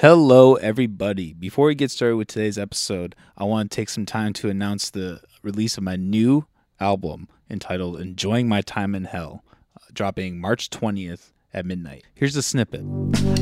Hello, everybody. Before we get started with today's episode, I want to take some time to announce the release of my new album entitled Enjoying My Time in Hell, uh, dropping March 20th at midnight. Here's a snippet.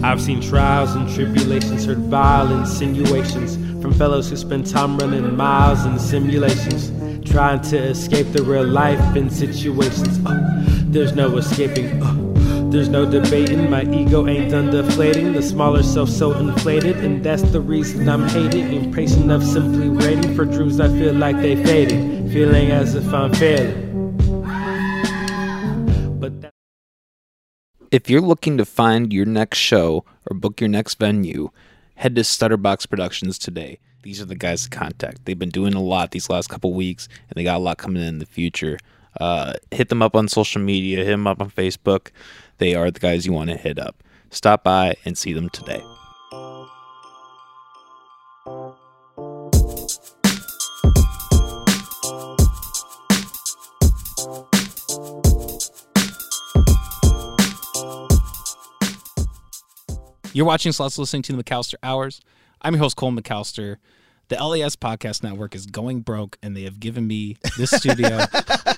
I've seen trials and tribulations, heard vile insinuations from fellows who spend time running miles in simulations, trying to escape the real life in situations. Oh, there's no escaping. Oh, there's no debating. My ego ain't done deflating. The smaller self so inflated, and that's the reason I'm hated. Impatient of simply waiting for dreams I feel like they faded, feeling as if I'm failing. But that- If you're looking to find your next show or book your next venue, Head to Stutterbox Productions today. These are the guys to contact. They've been doing a lot these last couple weeks, and they got a lot coming in the future. Uh, hit them up on social media, hit them up on Facebook. They are the guys you want to hit up. Stop by and see them today. You're watching Slots listening to the McAllister Hours. I'm your host, Cole McAllister. The LAS Podcast Network is going broke and they have given me this studio.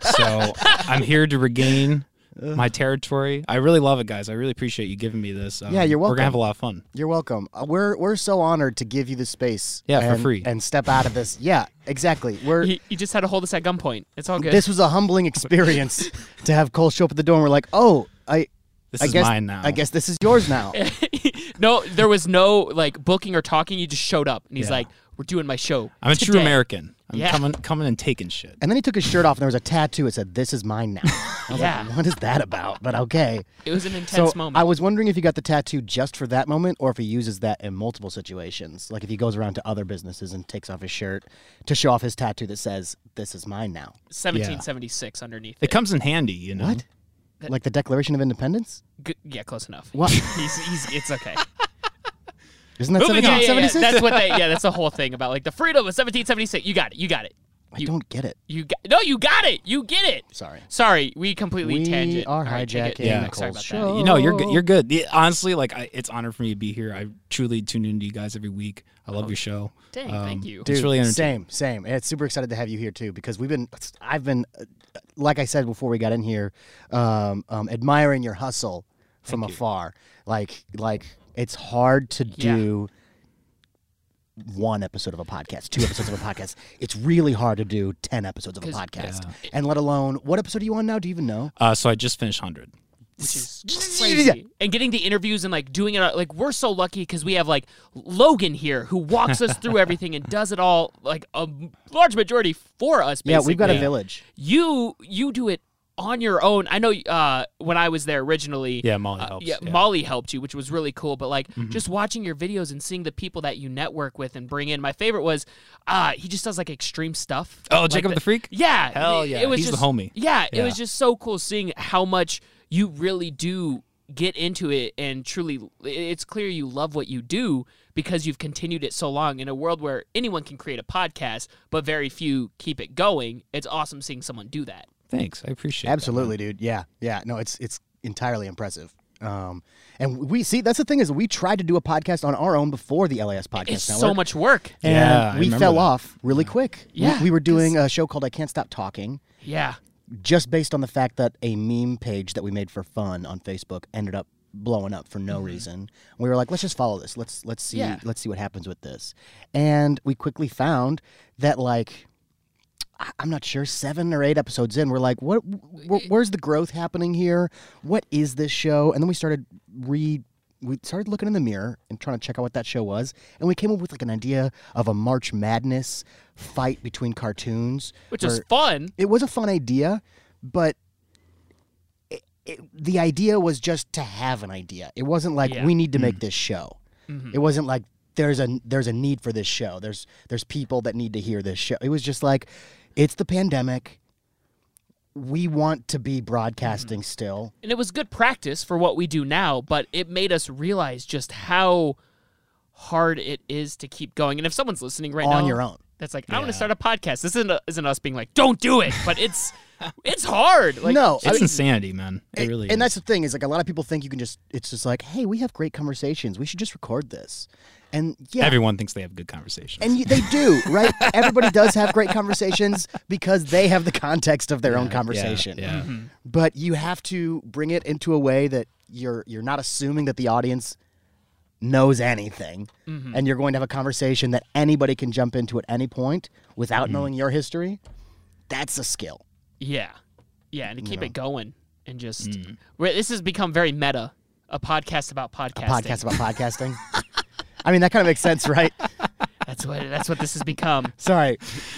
so I'm here to regain my territory. I really love it, guys. I really appreciate you giving me this. Um, Yeah, you're We're going to welcome. have a lot of fun. You're welcome. Uh, We're we're so honored to give you the space. Yeah, for and- free. and step out of this. Yeah, exactly. We're You, you just had to hold us at gunpoint. It's all good. this was a humbling experience to have Cole show up at the door. and We're like, oh, I. This I is guess mine now. I guess this is yours now. no, there was no like booking or talking. You just showed up, and he's Yeah. like, "We're doing my show." I'm a true today." American. I'm Yeah. coming, coming and taking shit. and then he took his shirt off, and there was a tattoo. It said, "This is mine now." I was Yeah. like, "What is that about?" But okay. It was an intense So moment. I was wondering if he got the tattoo just for that moment, or if he uses that in multiple situations. Like if he goes around to other businesses and takes off his shirt to show off his tattoo that says, "This is mine now," 1776 underneath. It comes in handy, you know? What? like the Declaration of Independence. G- yeah, close enough. What? he's, he's, it's okay. Isn't that Moving on. yeah, yeah, yeah. 1776? That's what they. Yeah, that's the whole thing about like the freedom of 1776. You got it. You got it. I don't get it. You got no. You got it. You get it. Sorry. Sorry, we completely We tangent. are All right, take it. hijacking Yeah, Nicole's sorry about show. that. You know, Oh. you're good. You're good. The- honestly, like I, it's an honor for me to be here. I truly tune into you guys every week. I Oh. love your show. Um, Dang, thank you. It's really entertaining. same, same. And it's super excited to have you here too because we've been, I've been, uh, like I said before we got in here, um, um, admiring your hustle from afar. Like, like it's hard to Yeah. do one episode of a podcast, two episodes of a podcast. It's really hard to do ten episodes of a 'Cause- podcast, and let alone what episode are you on now? Do you even know? Uh, so I just finished hundred. which is crazy. And getting the interviews and like doing it uh, like we're so lucky because we have like Logan here who walks us through everything and does it all like a m- large majority for us. Yeah, we've got a basically. village. You you do it on your own. I know uh, when I was there originally. Yeah, Molly uh, helps. yeah, Molly helped you, which was really cool. But like just watching your videos and seeing the people that you network with and bring in. My favorite was uh, he just does like extreme stuff. Oh, Like Jacob the Freak? Yeah, Hell it- yeah. It was He's the just, homie. Yeah, Yeah. it was just so cool seeing how much you really do get into it and truly it- it's clear you love what you do because you've continued it so long in a world where anyone can create a podcast but very few keep it going it's awesome seeing someone do that Thanks, I appreciate. that. Absolutely, dude. Yeah, yeah. No, it's it's entirely impressive. Um, and we see that's the thing is we tried to do a podcast on our own before the LAS podcast. it's so Network, much work and Yeah, I we remember fell that. off really quick. We- Yeah, we, were doing a show called "I Can't Stop Talking," yeah just based on the fact that a meme page that we made for fun on Facebook ended up blowing up for no reason. We were like, let's just follow this. Let's let's see Mm-hmm. Yeah. let's see what happens with this. And we quickly found that like I- I'm not sure seven or eight episodes in, we're like, what? Wh- where's the growth happening here? What is this show? And then we started re. We started looking in the mirror and trying to check out what that show was, and we came up with like an idea of a March Madness fight between cartoons, which is where- fun it was a fun idea, but it, it, the idea was just to have an idea. It wasn't like Yeah. we need to make this show. It wasn't like there's a there's a need for this show. There's there's people that need to hear this show. It was just like it's the pandemic. We want to be broadcasting still. and it was good practice for what we do now but it made us realize just how hard it is to keep going and if someone's listening right On now your own. that's like I want to start a podcast. This isn't isn't us being like don't do it, but it's it's hard. Like, no, It's insanity, man. It really and is. that's the thing is like a lot of people think you can just it's just like hey we have great conversations we should just record this and yeah Everyone thinks they have good conversations. and you, they do right everybody does have great conversations because they have the context of their own conversation yeah. Mm-hmm. but you have to bring it into a way that you're you're not assuming that the audience knows anything Mm-hmm. and you're going to have a conversation that anybody can jump into at any point Mm-hmm. without knowing your history that's a skill Yeah. Yeah, and to keep it going and just Mm-hmm. Where this has become very meta, a podcast about podcasting. podcast about podcasting i mean that kind of makes sense right That's what that's what this has become. sorry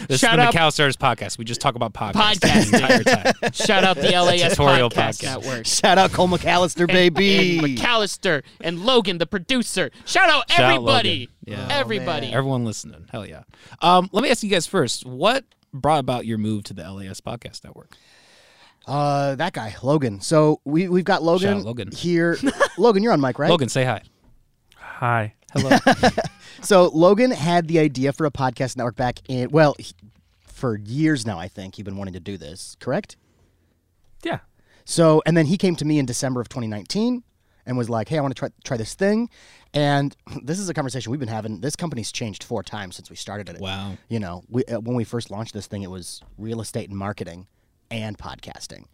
This Shout is out- the McCall Stars podcast. We just talk about podcasts Podcasting. the entire time. Shout out the LAS tutorial podcast, podcast. network. Shout out Cole McAllister, baby. And McAllister and Logan, the producer. Shout out Shout out everybody. Logan. Oh, Yeah. Everybody. Everyone listening. Hell yeah. Um, let me ask you guys first. What brought about your move to the LAS podcast network? uh, that guy, Logan. So we, we've got Logan, Shout out Logan. here. Logan, you're on mic, right? Logan, say hi. Hi. Hello. So Logan had the idea for a podcast network back in, well, he- for years now, I think. He'd been wanting to do this, correct? Yeah. So, and then he came to me in December of 2019 and was like, hey, I want to try, try this thing. And this is a conversation we've been having. This company's changed four times since we started it. wow. You know, we, uh, when we first launched this thing, it was real estate and marketing and podcasting.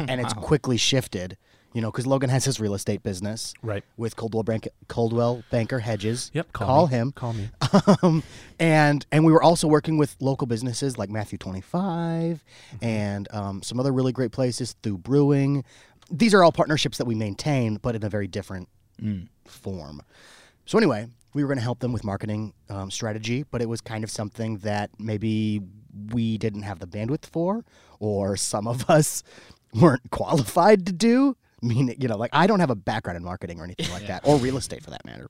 and it's quickly shifted, you know, because Logan has his real estate business. Right. With Coldwell, Bank- Coldwell Banker Hedges. Yep. Call, call me. him. Call me. um, and and we were also working with local businesses like Matthew 25 and um, some other really great places through brewing. These are all partnerships that we maintain, but in a very different form. So anyway, we were going to help them with marketing um, strategy, but it was kind of something that maybe we didn't have the bandwidth for, or some of us weren't qualified to do. I mean, you know, like I don't have a background in marketing or anything like that, or real estate for that matter.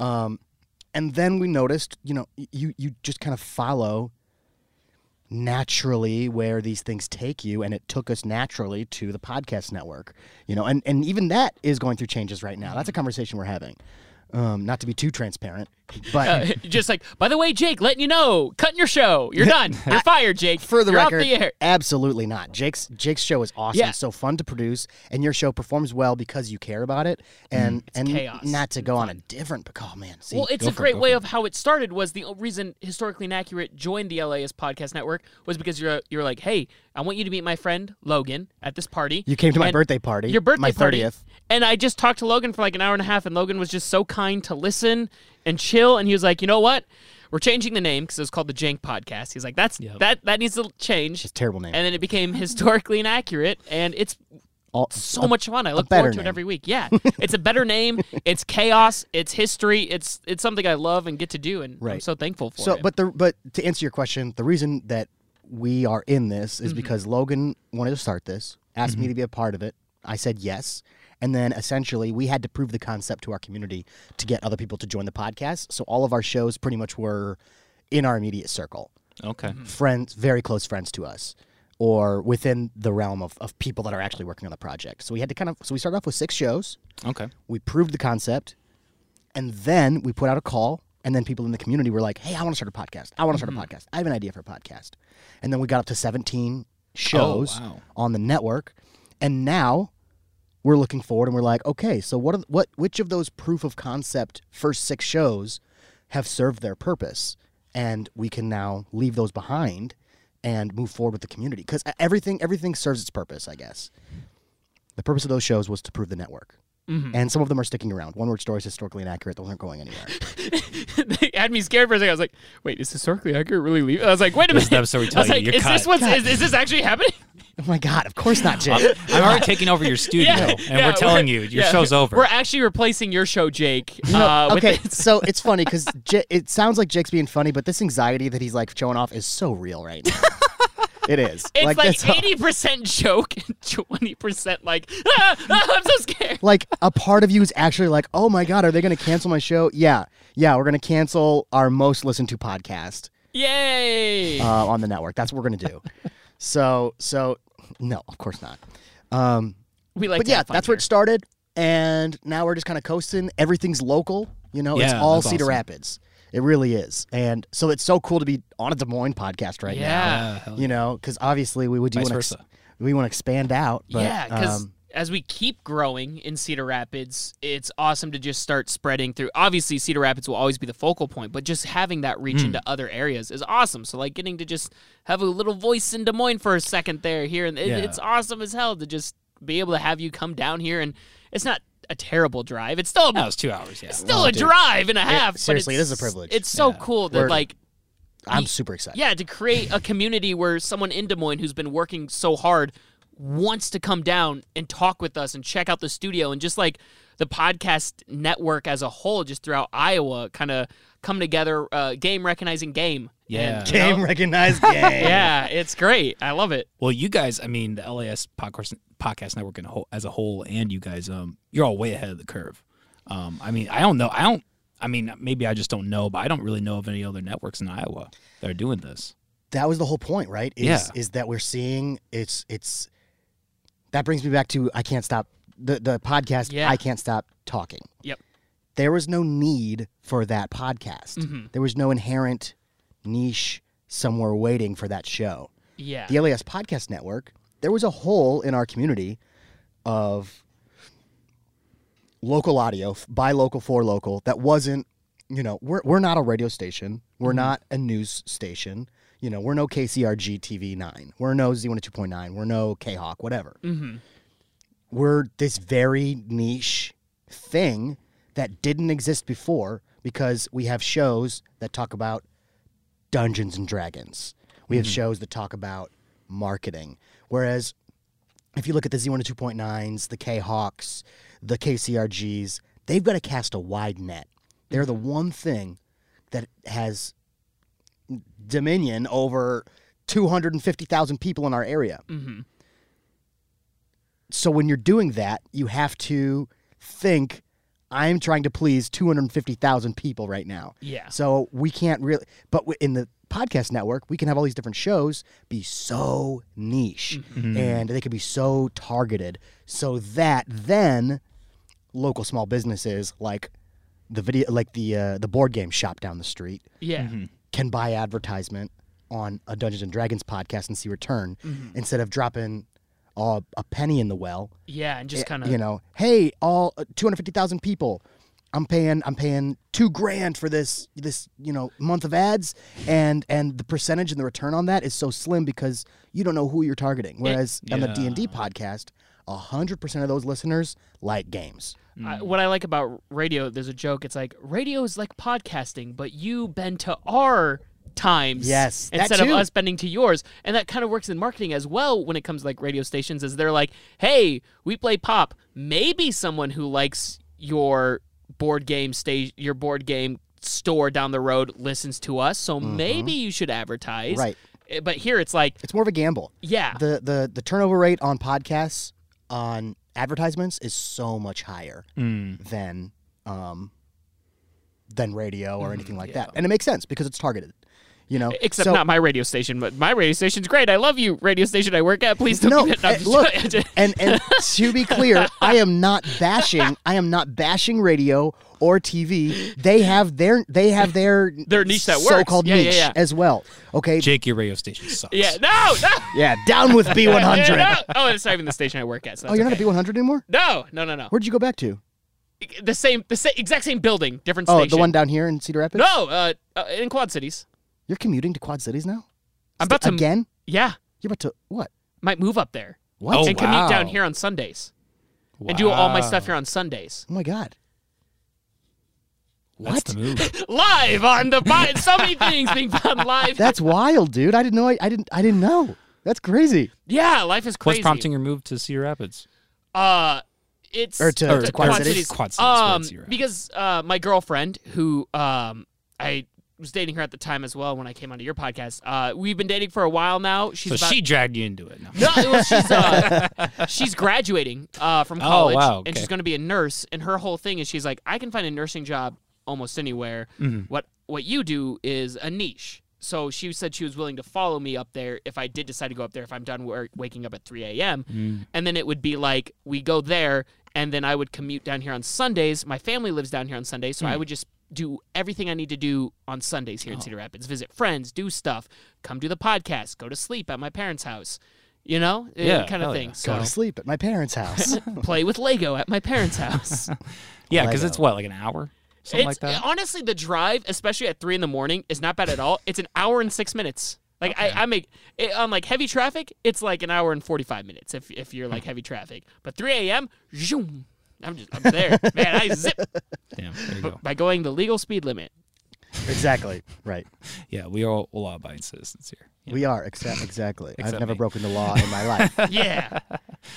Um, and then we noticed, you know, y- you you just kind of follow naturally where these things take you and it took us naturally to the podcast network you know and and even that is going through changes right now that's a conversation we're having um not to be too transparent but Uh, just like, by the way, Jake, letting you know, cutting your show. You're done. You're fired, Jake. for the You're record off the air. absolutely not jake's jake's show is awesome Yeah. it's so fun to produce and your show performs well because you care about it and and Mm, chaos not to go on a different oh man see Well, it's go a for it, great go way for of how it started. Was the o- reason historically inaccurate joined the LAS podcast network was because you're you're like, hey, I want you to meet my friend Logan at this party. you came to my And birthday party Your birthday my party, 30th and I just talked to Logan for like an hour and a half, and Logan was just so kind to listen and chill, and he was like, you know what, we're changing the name because it was called the Jank Podcast. He's like, that's that that needs to change, it's a terrible name and then it became historically inaccurate, and it's All- so much fun. I look better forward to name. it every week. Yeah, it's a better name. It's chaos. It's history. It's it's something I love and get to do, and I'm Right. so thankful for. So, it. but the but to answer your question, the reason that we are in this is because Logan wanted to start this, asked me to be a part of it. I said yes, and then essentially we had to prove the concept to our community to get other people to join the podcast. So all of our shows pretty much were in our immediate circle, Okay. Mm-hmm. friends, very close friends to us, or within the realm of, of people that are actually working on the project. So we had to kind of so we started off with six shows Okay. we proved the concept, and then we put out a call, and then people in the community were like, "Hey, I want to start a podcast. I want to start a podcast. I have an idea for a podcast." And then we got up to 17 shows wow. on the network, and now we're looking forward and we're like, "Okay, so what are, th- what which of those proof of concept first 6 shows have served their purpose?" And we can now leave those behind and move forward with the community because everything everything serves its purpose, I guess. The purpose of those shows was to prove the network. Mm-hmm. And some of them are sticking around. One word stories historically inaccurate. Those aren't going anywhere. they had me scared for a second. I was like, wait, is historically accurate really leave? I was like, wait a This is minute. the episode we I tell was you, like, you're is this cut. what's is, is this actually happening? oh my God, of course not, Uh, Jake. I'm already taking over your studio, and yeah, we're telling you, your yeah. show's over. We're actually replacing your show, Jake. uh, with okay, this- so it's funny because J- it sounds like Jake's being funny, but this anxiety that he's like showing off is so real right now. it is. It's that's all- like eighty percent joke and twenty percent like ah, ah, I'm so scared. like a part of you is actually like, oh my God, are they going to cancel my show? Yeah, yeah, we're going to cancel our most listened to podcast. Yay! uh, on the network. That's what we're gonna do. so so no, of course not. Um, we like. but to yeah, have fun that's here. where it started, and now we're just kind of coasting. Everything's local. You know, it's Yeah, all that's Cedar awesome. Rapids. It really is. And so it's so cool to be on a Des Moines podcast right Yeah. now. You know, because obviously we would Vice want to versa. we want to expand out. But, yeah, because um, as we keep growing in Cedar Rapids, it's awesome to just start spreading through. Obviously, Cedar Rapids will always be the focal point, but just having that reach Hmm. into other areas is awesome. So, like getting to just have a little voice in Des Moines for a second there, here, and it, Yeah. it's awesome as hell to just be able to have you come down here. And it's not a terrible drive; it's still a That was two hours. Yeah. still a drive and a half. but seriously, it it's- is a privilege. It's so Yeah. cool that We're- like I'm super excited. yeah, to create a community where someone in Des Moines who's been working so hard wants to come down and talk with us and check out the studio and just like the podcast network as a whole, just throughout Iowa, kind of come together, uh, game recognizing game. Yeah. And, you know, Game recognized game. yeah, it's great. I love it. Well, you guys, I mean, the LAS podcast, podcast network in a whole, as a whole, and you guys, um, you're all way ahead of the curve. Um, I mean, I don't know. I don't. I mean, maybe I just don't know, but I don't really know of any other networks in Iowa that are doing this. that was the whole point, right? Is, Yeah. is that we're seeing it's it's that brings me back to I can't stop the the podcast Yeah. I can't stop talking. Yep. There was no need for that podcast. There was no inherent niche somewhere waiting for that show. Yeah. The LAS Podcast Network, there was a hole in our community of local audio f- by local for local that wasn't you know we're, we're not a radio station we're not a news station you know we're no kcrg tv 9 we're no z102.9 we're no khawk whatever we're this very niche thing that didn't exist before because we have shows that talk about dungeons and dragons we have shows that talk about marketing whereas if you look at the Z102.9s, the K Hawks, the KCRGs, they've got to cast a wide net. They're the one thing that has dominion over 250,000 people in our area. So when you're doing that, you have to think I'm trying to please 250,000 people right now. Yeah. So we can't really, but w- in the podcast network, we can have all these different shows be so niche and they can be so targeted so that then local small businesses like the video, like the, uh, the board game shop down the street Yeah. Mm-hmm. can buy advertisement on a Dungeons and Dragons podcast and see return instead of dropping uh, a penny in the well Yeah. And just kind of, you know, hey, all uh, 250,000 people, I'm paying I'm paying 2 grand for this this, you know, month of ads and and the percentage and the return on that is so slim because you don't know who you're targeting. Whereas on the D&D podcast, 100% of those listeners like games. I, what I like about radio, there's a joke. It's like radio is like podcasting, but you bend to our times Yes, that instead of too. us bending to yours, and that kind of works in marketing as well when it comes to like radio stations. Is they're like, hey, we play pop. Maybe someone who likes your board game stage, your board game store down the road listens to us, so maybe you should advertise. Mm-hmm. Right. Eh, But here it's like, It's more of a gamble. yeah, The the the turnover rate on podcasts on advertisements is so much higher Mm. than um than radio or anything like that. And it makes sense because it's targeted. You know, Mm, Except So- not my radio station, but my radio station's great. I love you, radio station I work at. Please don't. no, be- I'm eh, just- look, and and to be clear, I am not bashing. I am not bashing radio or TV. They have their they have their Their niche that works. so-called Yeah, yeah, niche yeah. as well. Okay, Jake, your radio station sucks. Yeah, no, no. yeah, down with B one Yeah, hundred. no. Oh, it's not even the station I work at. So Oh, you're not a okay. B one hundred anymore. not. No, no, no, no. Where'd you go back to? the same, the same, exact same building, different Oh, station. the one down here in Cedar Rapids. No, uh, uh, in Quad Cities. You're commuting to Quad Cities now. I'm about to again. Yeah, You're about to what? might move up there. What? Oh, and commute down wow. here on Sundays and do all my stuff here on Sundays. Oh my God! That's the move. Live on the bi- so many things being done live. That's wild, dude. I didn't know. I, I didn't. I didn't know. That's crazy. yeah, life is What's crazy. prompting your move to Cedar Rapids? Uh, it's Or to- uh, to Quad Cities? Quad Cities, Um, Quad Zero. because uh, my girlfriend, who um, I was dating her at the time as well when I came onto your podcast. Uh, we've been dating for a while now. She's So about, she dragged you into it. No. No, well, she's uh, she's graduating uh, from college, Oh, wow, and okay. she's going to be a nurse. And her whole thing is she's like, I can find a nursing job almost anywhere. Mm-hmm. What what you do is a niche. So she said she was willing to follow me up there if I did decide to go up there. If I'm done work, waking up at 3 a.m., Mm. and then it would be like Mm. we go there, and then I would commute down here on Sundays. My family lives down here on Sundays, so I would just do everything I need to do on Sundays Oh. here in Cedar Rapids. Visit friends, do stuff, come do the podcast, go to sleep at my parents' house. You know, Eh, Yeah, kind of hell thing. yeah. Go to So sleep at my parents' house. play with Lego at my parents' house. Yeah, because Lego. uh, it's what like an hour, something It's- like that. Honestly, the drive, especially at three in the morning, is not bad at all. It's an hour and six minutes. Like I, I make it, on like heavy traffic, it's like an hour and forty five minutes if if you're like heavy traffic. But three a.m. Zoom, I'm just I'm there, man. I zip Damn, there you b- go. by going the legal speed limit. exactly. Right. Yeah, we are all law-abiding citizens here. Yeah. We are. Exa- exactly. I've Except never me. broken the law in my life. Yeah,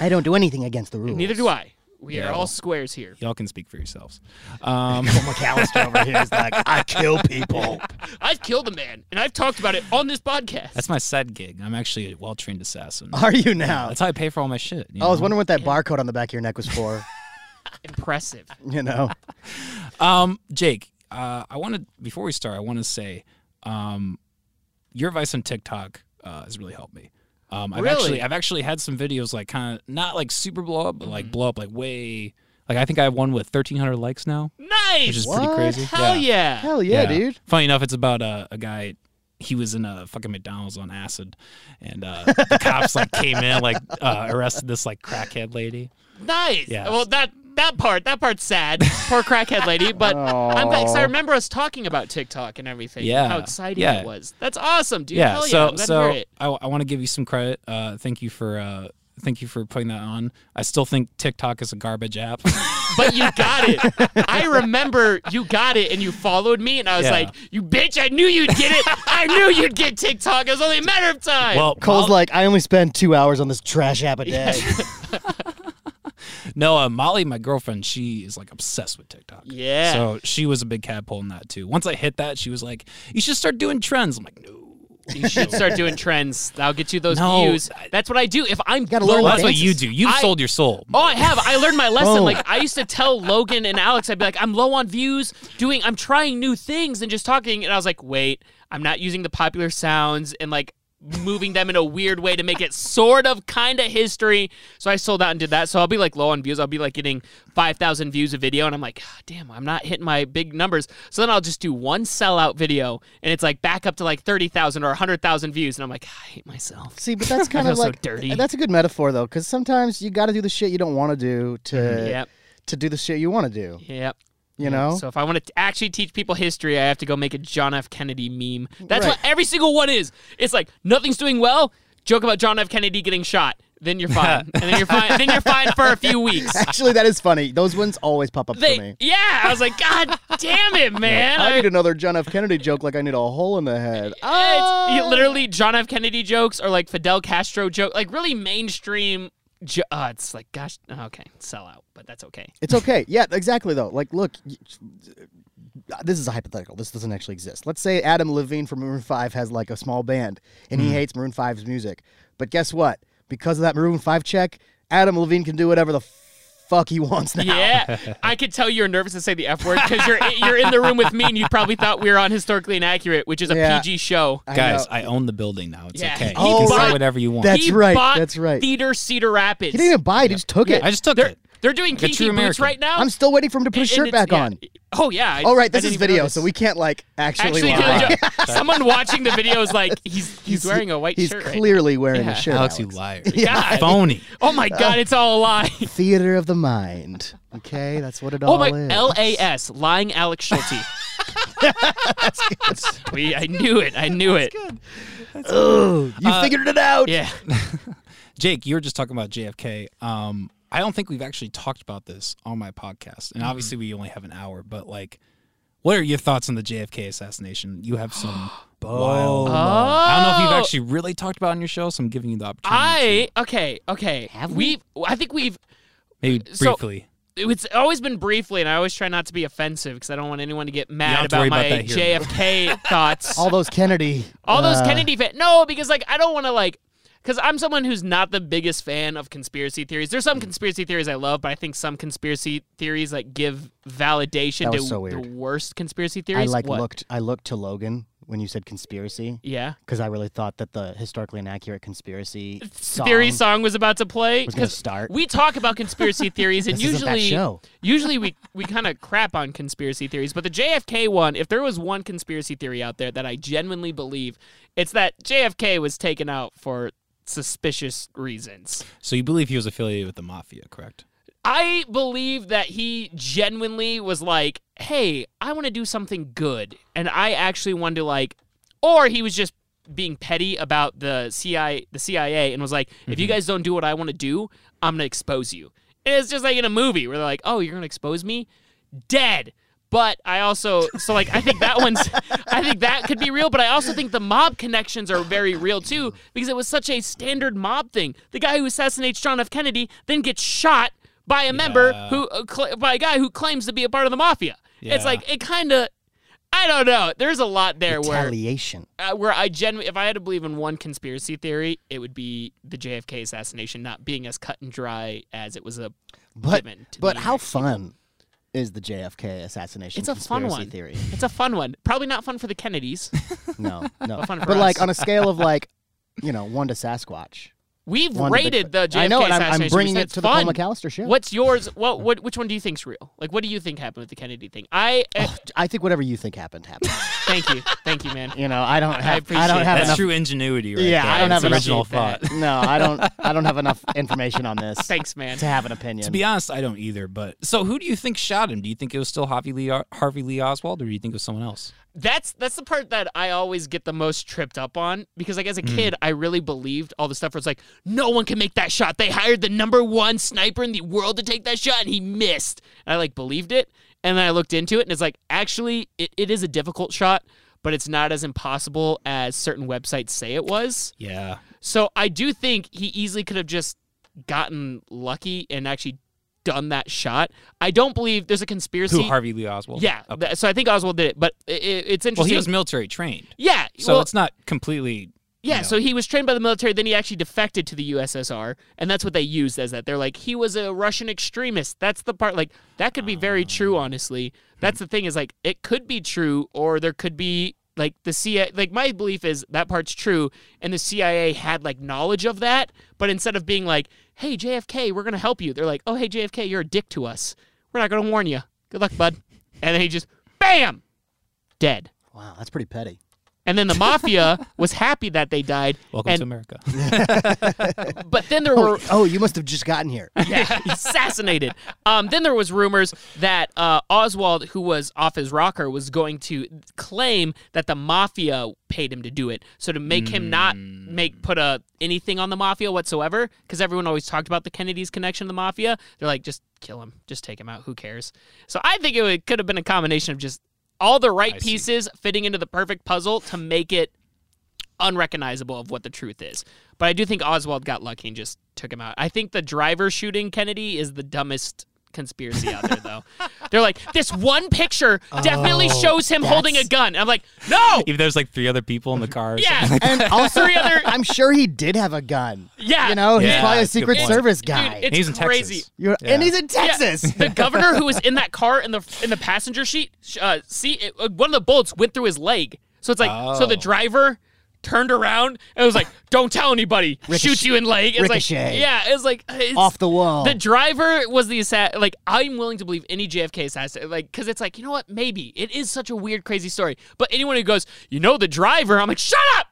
I don't do anything against the rules. neither do I. We Yeah, are all well. squares here. Y'all can speak for yourselves. Um, McAllister over here is like, I kill people. I've killed a man, and I've talked about it on this podcast. that's my said gig. I'm actually a well-trained assassin. Uh-huh. Are you now? That's how I pay for all my shit. you Oh, I was know? wondering what that barcode on the back of your neck was for. impressive. You know, Um, Jake, uh, I want to before we start, I want to say, um, your advice on TikTok uh, has really helped me. Um, I've Really? actually I've actually had some videos like kind of not like super blow up, but Mm-hmm. like blow up like way like I think I have one with 1,300 likes now, Nice. which is What? pretty crazy. Hell yeah. hell yeah, dude. Funny enough, it's about uh, a, a guy. He was in a fucking McDonald's on acid, and uh, the cops like came in like uh, arrested this like crackhead lady. Nice. Yeah. Well, that that part, that part's sad. Poor crackhead lady. But I'm glad 'cause I remember us talking about TikTok and everything. and Yeah. How exciting Yeah. it was. That's awesome, dude. yeah, Hell yeah. so I'm glad to hear so it. I, want to give you some credit. Uh, thank you for uh, thank you for putting that on. I still think TikTok is a garbage app. But you got it. I remember you got it and you followed me and I was Yeah. like, you bitch, I knew you'd get it. I knew you'd get TikTok. It was only a matter of time. well, Cole's Mo- like, I only spend two hours on this trash app a day. no, uh, Molly, my girlfriend, she is like obsessed with TikTok. Yeah. so she was a big tadpole in that too. Once I hit that, she was like, "You should start doing trends." I'm like, "No." you should start doing trends. I'll get you those No, views. That's what I do. If I'm Gotta Well, learn learning Well, that's what you dances. do. You've I- sold your soul. Oh, I have. I learned my lesson. Oh. Like I used to tell Logan and Alex, I'd be like, I'm low on views, doing, I'm trying new things and just talking. And I was like, wait, I'm not using the popular sounds and like moving them in a weird way to make it sort of kind of history. So I sold out and did that. So I'll be like low on views. I'll be like getting 5,000 views a video. And I'm like, "Ah, damn, I'm not hitting my big numbers. So then I'll just do one sellout video and it's like back up to like 30,000 or 100,000 views. And I'm like, "Ah, I hate myself. See, but that's kind feel of so like uh, dirty. That's a good metaphor though, because sometimes you got to do the shit you don't want to do to Mm-hmm, Yep. to do the shit you want to do. Yep. You know, So if I want to actually teach people history, I have to go make a John F. Kennedy meme. That's Right. what every single one is. It's like nothing's doing well. Joke about John F. Kennedy getting shot. Then you're fine. and then you're fine. Then you're fine for a few weeks. actually, that is funny. Those ones always pop up for They, me. yeah, I was like, God damn it, man! I I- need another John F. Kennedy joke, like I need a hole in the head. Ah! it's- you- literally John F. Kennedy jokes or like Fidel Castro joke, like really mainstream. Jo- uh, it's like, gosh, okay, sell out, but that's okay. It's okay. Yeah, exactly though. Like, look, y- uh, this is a hypothetical. This doesn't actually exist. Let's say Adam Levine from Maroon Five has like a small band, and Mm. he hates Maroon 5's music. But guess what? Because of that Maroon Five check, Adam Levine can do whatever the fuck he wants now. Yeah, I could tell you're nervous to say the F word because you're you're in the room with me, and you probably thought we were on historically inaccurate, which is a Yeah. Uh, PG show. I Guys, know. I own the building now. It's Yeah. okay. You Oh, can say right. whatever you want. That's he right, Bought that's right. Theater Cedar Rapids. he didn't even buy it. He just took it. I just took they're, it. they're doing Like a kinky true boots American. right now. I'm still waiting for him to put his and shirt it's- back yeah. on. Oh yeah. All right, I this didn't is even video, notice. so we can't like actually. Actually, lie. the jo- someone watching the video is like, he's he's, wearing a white He's shirt. right now. clearly wearing Yeah. a shirt. Alex, Alex, you liar. Yeah. Phony. Oh my God, it's all a lie. Theater of the mind. Okay, that's what it Oh all my, is. L A S, lying Alex Schulte. we, I knew it. I knew it. Ugh, you figured it out. Uh, Yeah. Jake, you were just talking about JFK. Um, I don't think we've actually talked about this on my podcast, and obviously we only have an hour. But like, what are your thoughts on the JFK assassination? You have some Oh. wild. I don't know if you've actually really talked about it on your show, so I'm giving you the opportunity. I okay okay. Have we? I think we've. Maybe so- briefly. It's always been briefly, and I always try not to be offensive because I don't want anyone to get mad have to worry about my about that here, JFK thoughts. All those Kennedy. All those uh, Kennedy fan. No, because like I don't want to like. Because I'm someone who's not the biggest fan of conspiracy theories. There's Mm. some conspiracy theories I love, but I think some conspiracy theories like give validation That to was so the weird. worst conspiracy I theories. like What? looked. I looked to Logan when you said conspiracy Yeah. because I really thought that the historically inaccurate conspiracy song Theory song was about to play was going to 'cause start. we talk about conspiracy theories and This isn't that usually show. usually we we kind of crap on conspiracy theories but the JFK one if there was one conspiracy theory out there that I genuinely believe it's that JFK was taken out for suspicious reasons So you believe he was affiliated with the mafia, correct? I believe that he genuinely was like, "Hey, I want to do something good," and I actually wanted to like, or he was just being petty about the CIA, the CIA, and was like, "If you guys don't do what I want to do, I'm gonna expose you." And it's just like in a movie where they're like, "Oh, you're gonna expose me, dead." But I also so like I think that one's I think that could be real, but I also think the mob connections are very real too because it was such a standard mob thing. The guy who assassinates John F. Kennedy then gets shot by a member who uh, cl- by a guy who claims to be a part of the mafia. Yeah. It's like it kind of I don't know. There's a lot there where retaliation. uh, where I genuinely, if I had to believe in one conspiracy theory, it would be the JFK assassination not being as cut and dry as it was a But given. To but the how American fun is the JFK assassination? It's a fun conspiracy one. theory. It's a fun one. Probably not fun for the Kennedys. No, no. fun for but like us. on a scale of like, you know, one to Sasquatch. We've One to rated the JFK I know, and I'm- I'm, assassination. bringing We said it it's to fun. the Paul McAllister show. What's yours? What? What? Which one do you think's real? Like, what do you think happened with the Kennedy thing? I uh, I think whatever you think happened happened. thank you, thank you, man. You know, I don't have. I, appreciate don't have that. That's enough. true ingenuity, right? Yeah, there. I don't That's have enough- original appreciate thought. No, I don't. I don't have enough information on this Thanks, man. to have an opinion. To be honest, I don't either. But so, who do you think shot him? Do you think it was still Harvey Lee, Harvey Lee Oswald, or do you think it was someone else? That's that's the part that I always get the most tripped up on because like as a Hmm. kid I really believed all the stuff where it's like no one can make that shot. They hired the number one sniper in the world to take that shot and he missed. And I like believed it and then I looked into it and it's like actually it, it is a difficult shot, but it's not as impossible as certain websites say it was. Yeah, So I do think he easily could have just gotten lucky and actually done that shot. I don't believe there's a conspiracy. who Harvey Lee Oswald? Yeah, Okay. th- so I think Oswald did it, but i i- it's interesting. Well, he was military trained, Yeah. so well, it's not completely. yeah. know. So he was trained by the military. Then he actually defected to the USSR, and that's what they used as that. They're like, he was a Russian extremist. That's the part. Like that could be very true. Honestly, that's the thing. Is like it could be true, or there could be like the CIA. Like my belief is that part's true, and the CIA had like knowledge of that, but instead of being like, hey JFK, we're gonna help you, they're like, oh hey JFK, you're a dick to us. We're not gonna warn you. Good luck, bud. And then he just, bam, dead. wow, that's pretty petty. And then the mafia was happy that they died. Welcome and, to America. But then there Oh, were oh, you must have just gotten here. yeah, assassinated. Um, then there was rumors that uh, Oswald, who was off his rocker, was going to claim that the mafia paid him to do it. So to make him not Mm. make put a anything on the mafia whatsoever, because everyone always talked about the Kennedys' connection to the mafia. They're like, just kill him, just take him out. Who cares? So I think it would, could have been a combination of just all the right pieces fitting into the perfect puzzle to make it unrecognizable of what the truth is. But I do think Oswald got lucky and just took him out. I think the driver shooting Kennedy is the dumbest conspiracy out there though. They're like, this one picture definitely Oh, shows him holding a that's- gun. I'm like, no. if there's like three other people in the car, or something. Yeah. And also, Three other- I'm sure he did have a gun. Yeah. You know, he's Yeah, probably a that's a good Secret point. Service Dude, guy. it's He's in crazy. Texas. You're- And he's in Yeah. Texas. the governor who was in that car in the in the passenger seat, sh- uh, see, it, uh, one of the bullets went through his leg. So it's like, so the Oh. driver turned around and was like, "Don't tell anybody." Shoots you in leg. It's like, Ricochet. yeah, it's like it's, Off the wall. The driver was the assassin. Like, I'm willing to believe any JFK assassin. Like, because it's like, you know what? Maybe it is such a weird, crazy story. But anyone who goes, you know, the driver, I'm like, shut up.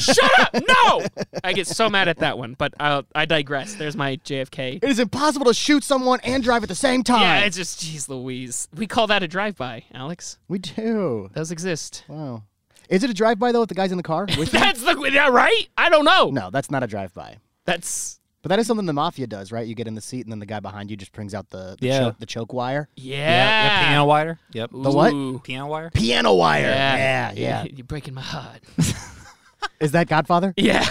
Shut up! No, I get so mad at that one, but i I digress. There's my JFK it is impossible to shoot someone and drive at the same time. yeah, it's just jeez Louise. We call that a drive-by, Alex. we do. Those exist. Wow. Is it a drive-by though? With the guys in the car? With you? That's the yeah, right? I don't know. no, that's not a drive-by. That's But that is something the mafia does, right? You get in the seat, and then the guy behind you just brings out the the, Yeah. choke, the choke wire, yeah. yeah, piano wire. Yep, The what? Ooh. piano wire. piano wire. Yeah. Yeah, yeah. You're breaking my heart. is that Godfather? yeah.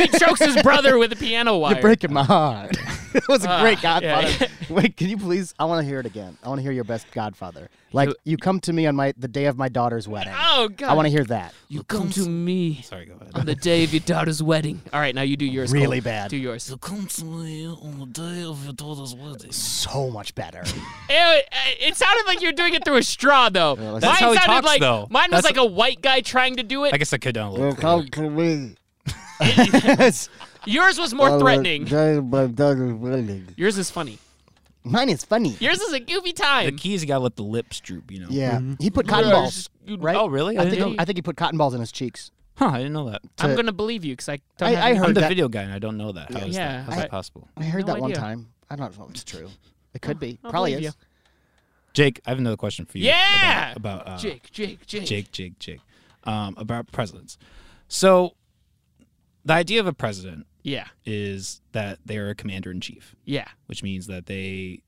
he chokes his brother with a piano wire. You're breaking my heart. it was a great Ah, yeah. Godfather. Wait, can you please? I want to hear it again. I want to hear your best Godfather. Like you come to me on my the day of my daughter's wedding. Oh God! I want to hear that. you come to me Sorry, go ahead. on the day of your daughter's wedding. All right, now you do yours. Cole. Really bad. Do yours. come to me on the day of your daughter's wedding. So much better. Ew, It, it sounded like you were doing it through a straw, though. let's- That's how he sounded talks, like though. mine was That's- like a white guy trying to do it. I guess I could down a little. you bit. come to me. Yours was more threatening. Yours is funny. Mine is funny. Yours is a goofy The time. keys, you gotta let the lips droop, you know. Yeah, Mm-hmm. he put cotton Yours- balls. you- Right? Oh, really? I I didn't think, know. I think he put cotton balls in his cheeks. Huh, I didn't know that. I'm gonna believe you because I don't. I- have I any- heard- I'm the that- video guy and I don't know that. How is Yeah, that? How's I- that possible? I heard no that one idea. Oh, time. I don't know if it's true. It could be. I'll Probably is. believe Jake, I have another question for you. Yeah! About, about uh, Jake, Jake, Jake. Jake, Jake, Jake, um, about presidents. So, the idea of a president Yeah, is that they're a commander in chief, yeah, which means that they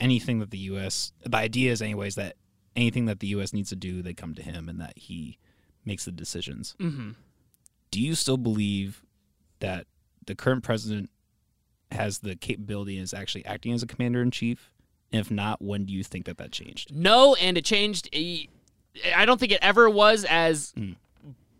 anything that the U.S. the idea is, anyways, that anything that the U.S. needs to do, they come to him, and that he makes the decisions. mm-hmm. Do you still believe that the current president has the capability and is actually acting as a commander in chief? And if not, when do you think that that changed? No, and it changed. e- I don't think it ever was as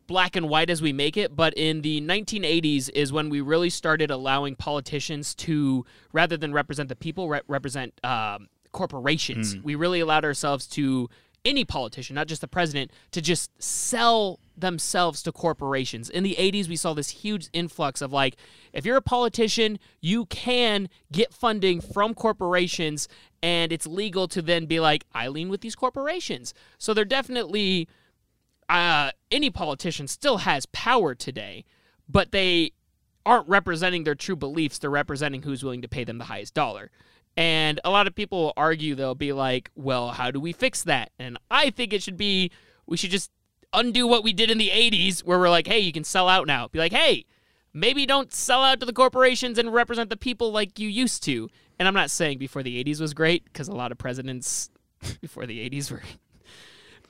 black and white as we make it, but in the 1980s is when we really started allowing politicians to, rather than represent the people, re- represent um, corporations. We really allowed ourselves to, any politician, not just the president, to just sell themselves to corporations. In the 80s, we saw this huge influx of like, if you're a politician, you can get funding from corporations. And it's legal to then be like, I lean with these corporations. So they're definitely uh, any politician still has power today, but they aren't representing their true beliefs. They're representing who's willing to pay them the highest dollar. And a lot of people will argue, they'll be like, well, how do we fix that? And I think it should be, we should just undo what we did in the 80s where we're like, hey, you can sell out now. Be like, hey, maybe don't sell out to the corporations and represent the people like you used to. And I'm not saying before the 80s was great because a lot of presidents before the 80s were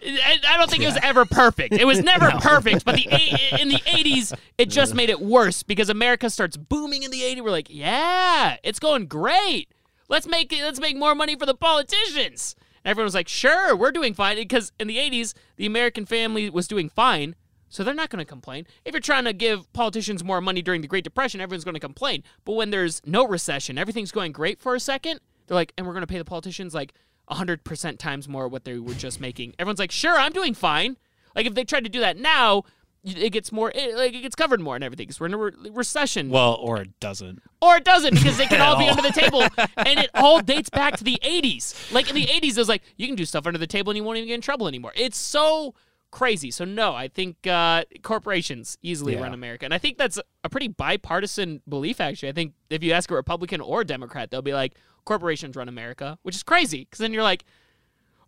I I don't think it was ever perfect. It was never perfect, but the eight- in the eighties, it just made it worse because America starts booming in the 80s. We're like, yeah, it's going great. Let's make it, let's make more money for the politicians. And everyone was like, sure, we're doing fine because in the eighties, the American family was doing fine, so they're not going to complain. If you're trying to give politicians more money during the Great Depression, everyone's going to complain. But when there's no recession, everything's going great for a second. They're like, and we're going to pay the politicians like 100% times more what they were just making. Everyone's like, sure, I'm doing fine. Like, if they tried to do that now, y- it gets more, it, like, it gets covered more and everything because we're in a re- recession. Well, or it doesn't. or it doesn't because they can all be under the table. And it all dates back to the 80s. Like, in the 80s, it was like, you can do stuff under the table and you won't even get in trouble anymore. It's so crazy. So, no, I think uh, corporations easily Yeah. run America. And I think that's a pretty bipartisan belief, actually. I think if you ask a Republican or a Democrat, they'll be like, corporations run America, which is crazy because then you're like,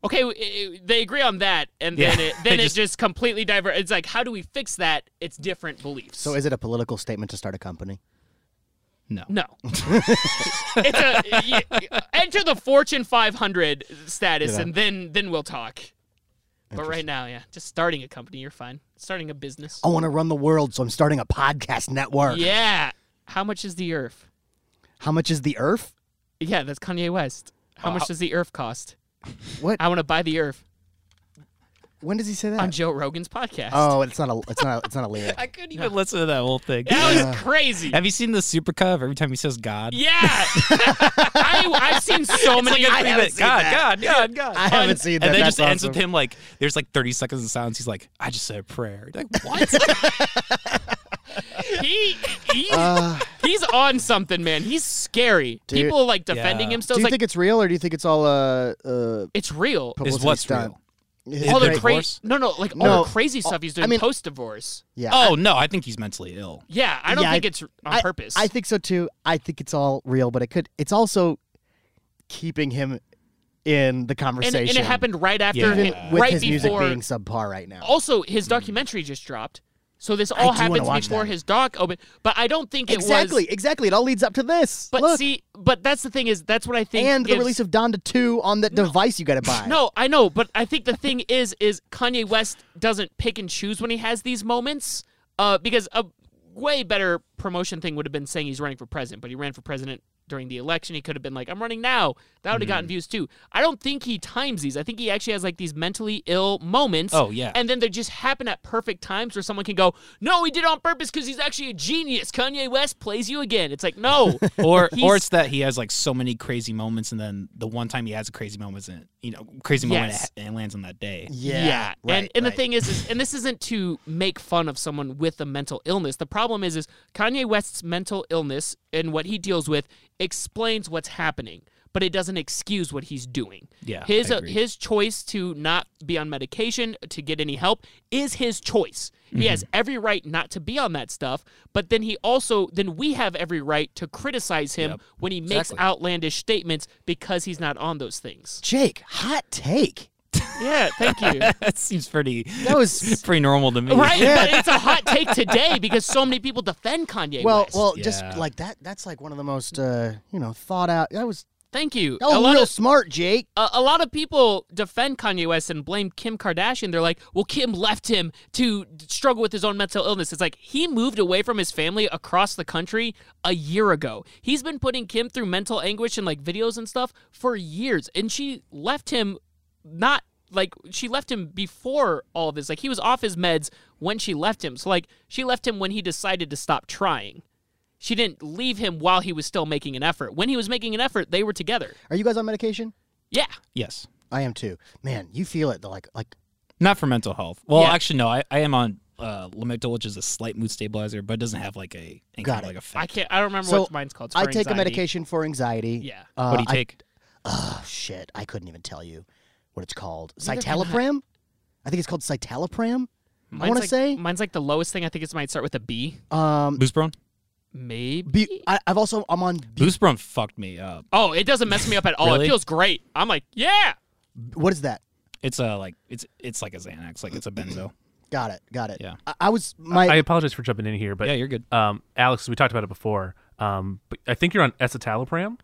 okay, w- i- i- they agree on that, and then Yeah. it, then They it's just completely diver. It's like, how do we fix that? It's different beliefs. So is it a political statement to start a company? No. no. it's a y- enter the Fortune 500 status, and then then we'll talk. But right now, yeah, just starting a company, you're fine. Starting a business, I want to run the world, so I'm starting a podcast network. yeah. How much is the Earth? How much is the Earth? Yeah, that's Kanye West. How much does the Earth cost? What? I want to buy the Earth When does he say that? on Joe Rogan's podcast. oh, it's not a. It's not. A, it's not a lyric. I couldn't even listen to that whole thing. that was crazy. Have you seen the supercut of every time he says God? Yeah, I, I've seen so many. of God, them. God, God, God. I haven't seen that. And then That's just ends awesome. with him like, there's like 30 seconds of silence. He's like, I just said a prayer. You're Like, what? He, he he's on something, man. He's scary. Dude, People are like defending yeah. him. do So it's you like think it's real, or do you think it's all uh, uh it's real. is publicity what's stunt? real? His All Is the there great- cra- crazy, divorce? no, no, like all No. uh, the crazy stuff he's doing I mean- post divorce. yeah. Oh, no. I think he's mentally ill. Yeah, I don't Yeah, I- think it's on I- purpose. I think so too. I think it's all real, but it could. It's also keeping him in the and, conversation. and it happened right after, Yeah. him, Even with right his music before being subpar right now. also his documentary just dropped so this all do happens wanna watch before that. his doc open but i don't think it exactly, was exactly. It all leads up to this. but Look, see but that's the thing is that's what i think and the gives- release of Donda Two on that device you got to buy. no i know but i think the thing is is kanye west doesn't pick and choose when he has these moments uh, because a way better promotion thing would have been saying he's running for president but he ran for president during the election. He could have been like, I'm running now. That would have Hmm. gotten views too. I don't think he times these. I think he actually has like these mentally ill moments. Oh, yeah. And then they just happen at perfect times where someone can go, No, he did it on purpose because he's actually a genius. Kanye West plays you again. It's like, no. Or He's- or it's that he has like so many crazy moments, and then the one time he has a crazy moment isn't you know crazy moment Yes. and lands on that day. Yeah. and, Right, and the right. thing is, is, and this isn't to make fun of someone with a mental illness. The problem is, is Kanye West's mental illness and what he deals with explains what's happening, but it doesn't excuse what he's doing. Yeah, his I uh, agree. his choice to not be on medication to get any help is his choice. He has Mm-hmm. every right not to be on that stuff, but then he also then we have every right to criticize him when he makes exactly. outlandish statements because he's not on those things. Jake, hot take. Yeah, thank you. that seems pretty That was pretty normal to me. Right, but it's a hot take today because so many people defend Kanye well, West. well, just Yeah. like that. That's like one of the most, uh, you know, thought out. That was thank you. oh, a lot real of smart, Jake. a, a lot of people defend Kanye West and blame Kim Kardashian. They're like, "Well, Kim left him to struggle with his own mental illness." It's like he moved away from his family across the country a year ago. He's been putting Kim through mental anguish and like videos and stuff for years, and she left him not like she left him before all of this. Like he was off his meds when she left him. So like she left him when he decided to stop trying. She didn't leave him while he was still making an effort. When he was making an effort, they were together. Are you guys on medication? Yeah. Yes. I am too. Man, you feel it. Like, like Not for mental health. Well, Yeah. actually, no. I, I am on uh, Lamictal, which is a slight mood stabilizer, but it doesn't have like a any Got kind of, it. like effect. I can't. I don't remember So, what mine's called. It's I for take a anxiety. medication for anxiety. Yeah. Uh, what do you I- take? Oh shit! I couldn't even tell you what it's called. Citalopram. I think it's called citalopram. Mine's I want to like, say. mine's like the lowest thing. I think it's might start with a B. Um, Boostbron. Maybe. bu- I, I've also I'm on. bu- Boostbron fucked me up. oh, it doesn't mess me up at all. It Really? feels great. I'm like, yeah. What is that? It's a like it's it's like a Xanax, like it's a benzo. Got it. Got it. Yeah. I, I was my. I apologize for jumping in here, but yeah, you're good. um, Alex, we talked about it before. Um, but I think you're on escitalopram.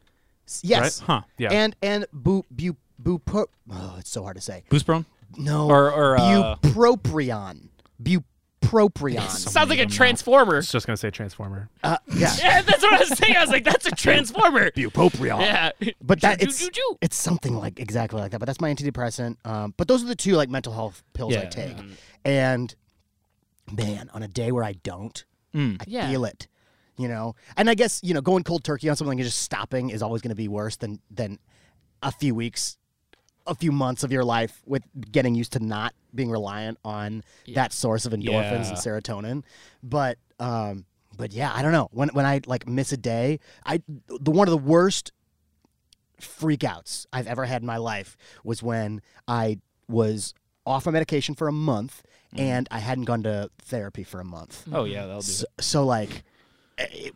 yes. Huh? Yeah. And and bu bu bu. Oh, it's so hard to say. Boostbron. No. Or- or, uh, bupropion. Bupropion. Sounds like many a of them now. transformer. It's just gonna say transformer. Uh, yeah. yeah, that's what I was saying. I was like, that's a transformer. Bupropion. yeah. But that Choo, it's choo, choo. it's something like exactly like that. But that's my antidepressant. Um, but those are the two like mental health pills I Yeah. Mm. take. And man, on a day where I don't, Mm. I Yeah. feel it. You know, and I guess you know going cold turkey on something and just stopping is always going to be worse than than a few weeks, a few months of your life with getting used to not being reliant on that source of endorphins Yeah. and serotonin. But um, but yeah, I don't know when when I like miss a day, I the one of the worst freakouts I've ever had in my life was when I was off my medication for a month Mm-hmm. and I hadn't gone to therapy for a month. Oh yeah, that'll do. So, it. so, like, it-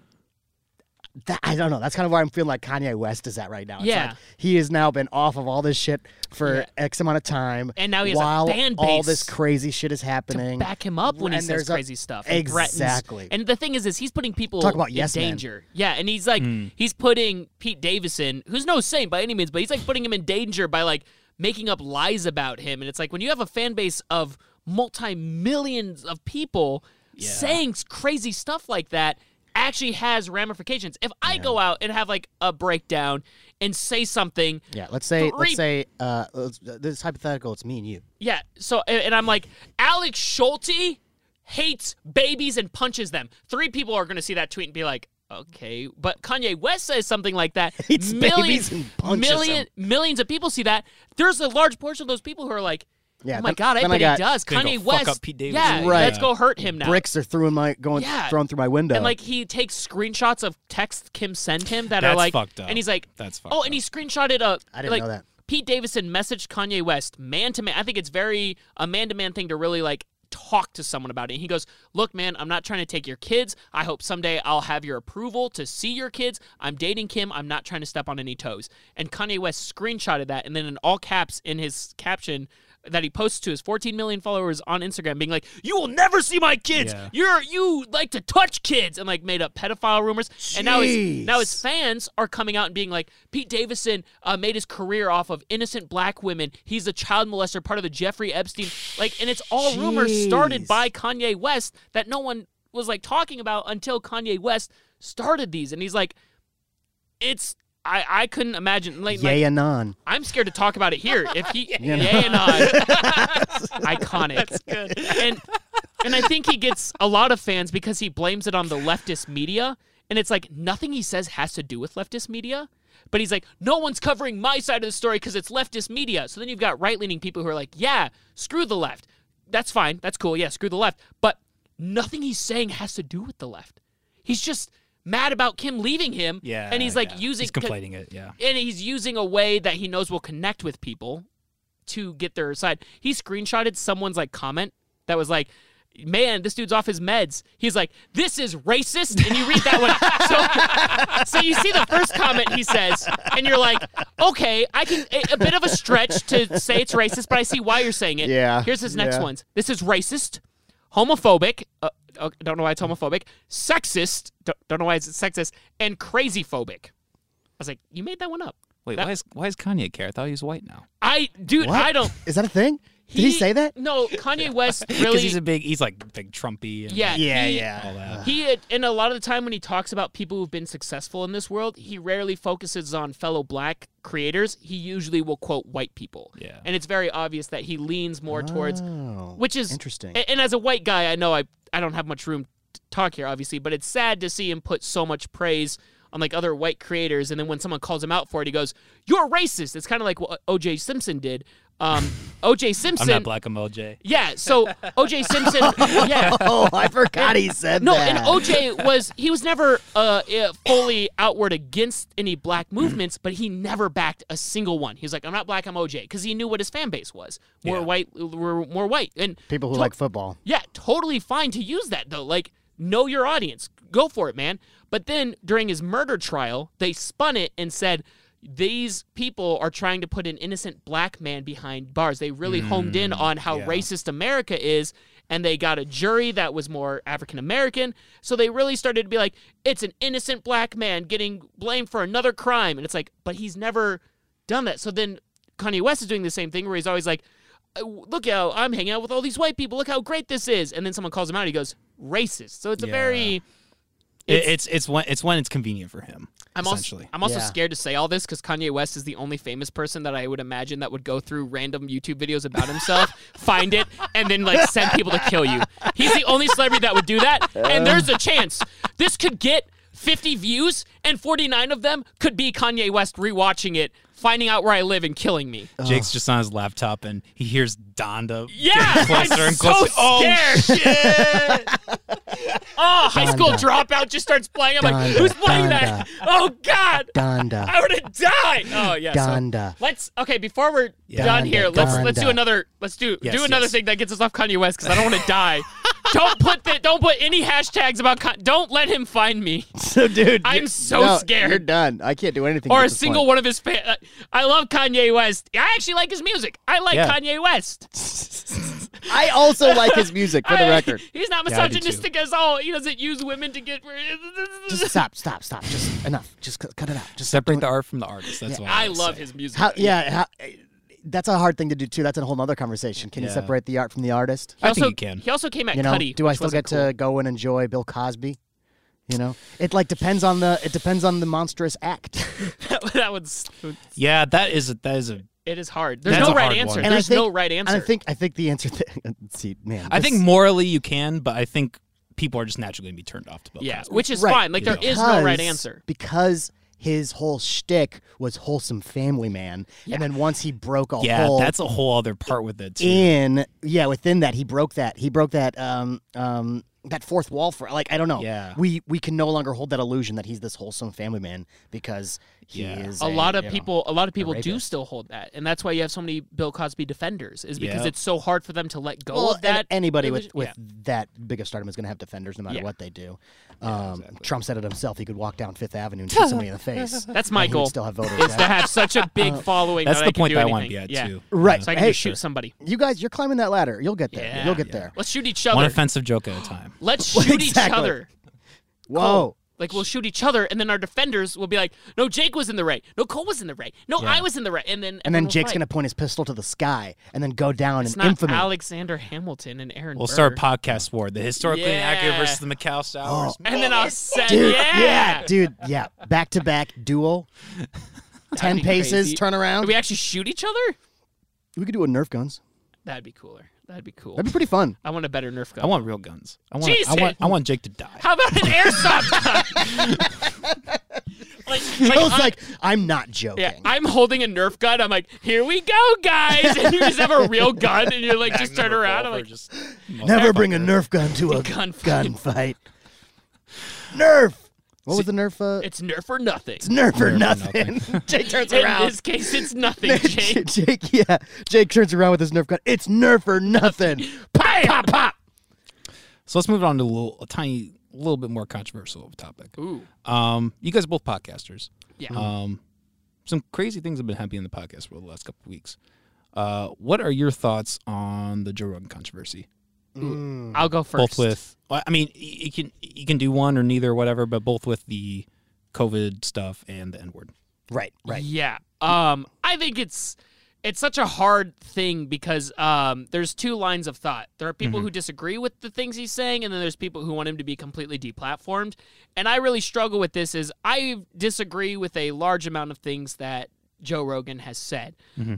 that, I don't know. That's kind of why I'm feeling like Kanye West is at right now. It's Yeah. like he has now been off of all this shit for Yeah. X amount of time, And now he has a while fan all base this crazy shit is happening. Back him up when he And says there's a- crazy stuff. and threatens. Exactly. And the thing is, is he's putting people Talk about in yes men. danger. Yeah, and he's like, he's putting Pete Davison, who's no saint by any means, but he's like putting him in danger by like making up lies about him. And it's like when you have a fan base of multi millions of people saying s- crazy stuff like that actually has ramifications. If I go out and have like a breakdown and say something yeah, let's say Three- let's say uh, let's- this is hypothetical. It's me and you. yeah. So and and I'm like, Alex Schulte hates babies and punches them. Three people are going to see that tweet and be like, okay. But Kanye West says something like that. Hates babies and punches them. millions of people see that. There's a large portion of those people who are like, Yeah, oh my then- god, I then I got- bet he does. Then go Kanye fuck West, up Pete Davidson. yeah, Right. let's go hurt him now. Bricks are through my going Yeah. thrown through my window. And like he takes screenshots of texts Kim sent him that are That's like, fucked up. and he's like, That's fucked oh, and he screenshotted a. I didn't like, know that. Pete Davidson messaged Kanye West man to man. I think it's very a man to man thing to really like talk to someone about it. And he goes, "Look, man, I'm not trying to take your kids. I hope someday I'll have your approval to see your kids. I'm dating Kim. I'm not trying to step on any toes." And Kanye West screenshotted that and then in all caps in his caption that he posts to his 14 million followers on Instagram being like, "You will never see my kids. Yeah. You're you like to touch kids." And like made up pedophile rumors. And now his now his Jeez. fans are coming out and being like, Pete Davison uh, made his career off of innocent black women. He's a child molester, part of the Jeffrey Epstein. Like, and it's all rumors started Jeez. by Kanye West that no one was like talking about until Kanye West started these. And he's like, it's I, I couldn't imagine like, like Yay anon. I'm scared to talk about it here. If he, yeah, and I, iconic. That's good. And and I think he gets a lot of fans because he blames it on the leftist media, and it's like nothing he says has to do with leftist media. But he's like, no one's covering my side of the story because it's leftist media. So then you've got right leaning people who are like, yeah, screw the left. That's fine. That's cool. Yeah, screw the left. But nothing he's saying has to do with the left. He's just mad about Kim leaving him. Yeah, And he's like yeah. using He's complaining it. Yeah. and he's using a way that he knows will connect with people to get their side. He screenshotted someone's like comment that was like, "Man, this dude's off his meds." He's like, "This is racist," and you read that one. So, so you see the first comment he says, and you're like, "Okay, I can a, a bit of a stretch to say it's racist, but I see why you're saying it." Yeah, Here's his next yeah. ones. This is racist, homophobic. Uh, uh, don't know why it's homophobic. Sexist. Don't, don't know why it's sexist, and crazy phobic. I was like, you made that one up. Wait, That- why is why is Kanye care? I thought he was white now. I dude, What? I don't. Is that a thing? Did he say that? No, Kanye West Because really. he's a big. He's like big Trumpy. And yeah, he- All that. He had- and a lot of the time when he talks about people who've been successful in this world, he rarely focuses on fellow black creators. He usually will quote white people. Yeah. and it's very obvious that he leans more towards, Oh, which is interesting. a- And as a white guy, I know I I don't have much room to talk here, obviously, but it's sad to see him put so much praise on like other white creators, and then when someone calls him out for it, he goes, "You're racist." It's kind of like what O.J. Simpson did. Um, O.J. I'm Simpson. not black. I'm OJ. Yeah, so O.J. Simpson. yeah. oh, I forgot he said No, that. and OJ was he was never uh, uh, fully outward against any black movements, but he never backed a single one. He was like, "I'm not black, I'm OJ," because he knew what his fan base was. More Yeah. white, were more white, and People who to- like football. yeah, totally fine to use that though. Like, know your audience. Go for it, man. But then during his murder trial, they spun it and said these people are trying to put an innocent black man behind bars. They really homed in on how racist America is. And they got a jury that was more African American. So they really started to be like, it's an innocent black man getting blamed for another crime. And it's like, but he's never done that. So then Kanye West is doing the same thing where he's always like, "Uh, look how I'm hanging out with all these white people. Look how great this is. And then someone calls him out. And he goes, racist. So it's a Yeah. very. It- It's, it's when it's when it's convenient for him. I'm also, essentially. I'm also Yeah. scared to say all this because Kanye West is the only famous person that I would imagine that would go through random YouTube videos about himself, find it, and then like send people to kill you. He's the only celebrity that would do that, Uh. and there's a chance this could get 50 views, and 49 of them could be Kanye West rewatching it, finding out where I live, and killing me. Jake's just on his laptop and he hears Donda. getting Yeah, closer I'm and closer. so oh, scared. oh, high school dropout just starts playing. I'm like, Donda, who's playing that? Oh God, Donda. I would have died. Oh yeah. so- Donda. Let's okay before we're Yeah. done Donda, here. Let's let's Donda. do another. Let's do Yes, do another yes. thing that gets us off Kanye West because I don't want to die. don't put the, don't put any hashtags about. Con- don't let him find me So, dude, I'm you- so no, scared. You're done. I can't do anything. or at a this single point. one of his fans. I love Kanye West. I actually like his music. I like Yeah. Kanye West. I also like his music, for the I- record. he's not Yeah, I do too. misogynistic as all. He doesn't use women to get. Just stop, stop, stop. Just enough. Just cu- cut it out. Just separate the art from the artist. That's what I always love say. his music. How, yeah, how, that's a hard thing to do too. That's a whole other conversation. Can you Yeah. separate the art from the artist? He I think also- you can. He also came at You know, Cuddy. do I which still wasn't get to go and enjoy Bill Cosby? You know, it like depends on the it depends on the monstrous act. cool. that was. Yeah, that is a, that is a. It is hard. There's That's no a right hard answer. one. And I There's think- no right and answer. I think I think the answer. Th- see, man, I think this- morally you can, but I think people are just naturally going to be turned off to Bill yeah, Cosby. which is Right. fine. Like there is no right because- answer. because his whole shtick was wholesome family man, and then once he broke a yeah, hole that's a whole other part with it too. in yeah within that he broke that he broke that um um that fourth wall for like I don't know Yeah. we we can no longer hold that illusion that he's this wholesome family man because he Yeah. is a lot of you know, people a lot of people do rapist. still hold that and that's why you have so many bill cosby defenders is because Yeah. it's so hard for them to let go well, of that an- anybody with religion- with Yeah. that big of stardom is going to have defenders no matter Yeah. what they do. Um, Trump said it himself; he could walk down Fifth Avenue and shoot somebody in the face. that's and my he would goal Still have voters. is yeah. to have such a big Uh, following That's that the I can point do that I anything. wanna be at, yeah. too. Right. so i can Hey, just shoot sure. somebody you guys, you're climbing that ladder. You'll get there. Yeah. You'll get there. let's shoot each One other offensive joke at a time. let's shoot each Exactly. other Whoa! Like we'll shoot each other, and then our defenders will be like, "No, Jake was in the right. No, Cole was in the right. No, I was in the right." And then And then everyone will Jake's fight. going to point his pistol to the sky and then go down It's in not infamy. Alexander Hamilton and Aaron. We'll Burr. start a podcast war: the historically inaccurate Yeah. versus the McAllister hours. and then I'll send. dude, yeah. dude, yeah. Back to back duel. Ten be paces, crazy. turn around. Do we actually shoot each other? we could do a Nerf guns. That'd be cooler. That'd be cool. That'd be pretty fun. I want a better Nerf gun. I want real guns. I want. I Jesus. want. I want Jake to die. How about an airsoft gun? like, like, I was I'm- like, I'm not joking. yeah, I'm holding a Nerf gun. I'm like, here we go, guys. And you just have a real gun, and you're like, just turn around. I'm like, just Never bring a Nerf gun to a Gunfight. gunfight. Nerf. What was the Nerf? Uh, it's Nerf or nothing. Nerf or nothing. Jake turns In around. this case, it's nothing, Jake. Jake, yeah. Jake turns around with his Nerf gun. It's Nerf or nothing. Pop, pop, pop. So let's move on to a little, a tiny, little bit more controversial of a topic. Ooh, Um, you guys are both podcasters. yeah. Um, some crazy things have been happening in the podcast world the last couple of weeks. Uh, what are your thoughts on the Joe Rogan controversy? I'll go first. Both with, well, I mean, y- you can you can do one or neither, or whatever, but both with the COVID stuff and the N word. Right, right. Yeah. Um, I think it's it's such a hard thing because um, there's two lines of thought. There are people who disagree with the things he's saying, and then there's people who want him to be completely deplatformed. And I really struggle with this. Is I disagree with a large amount of things that Joe Rogan has said,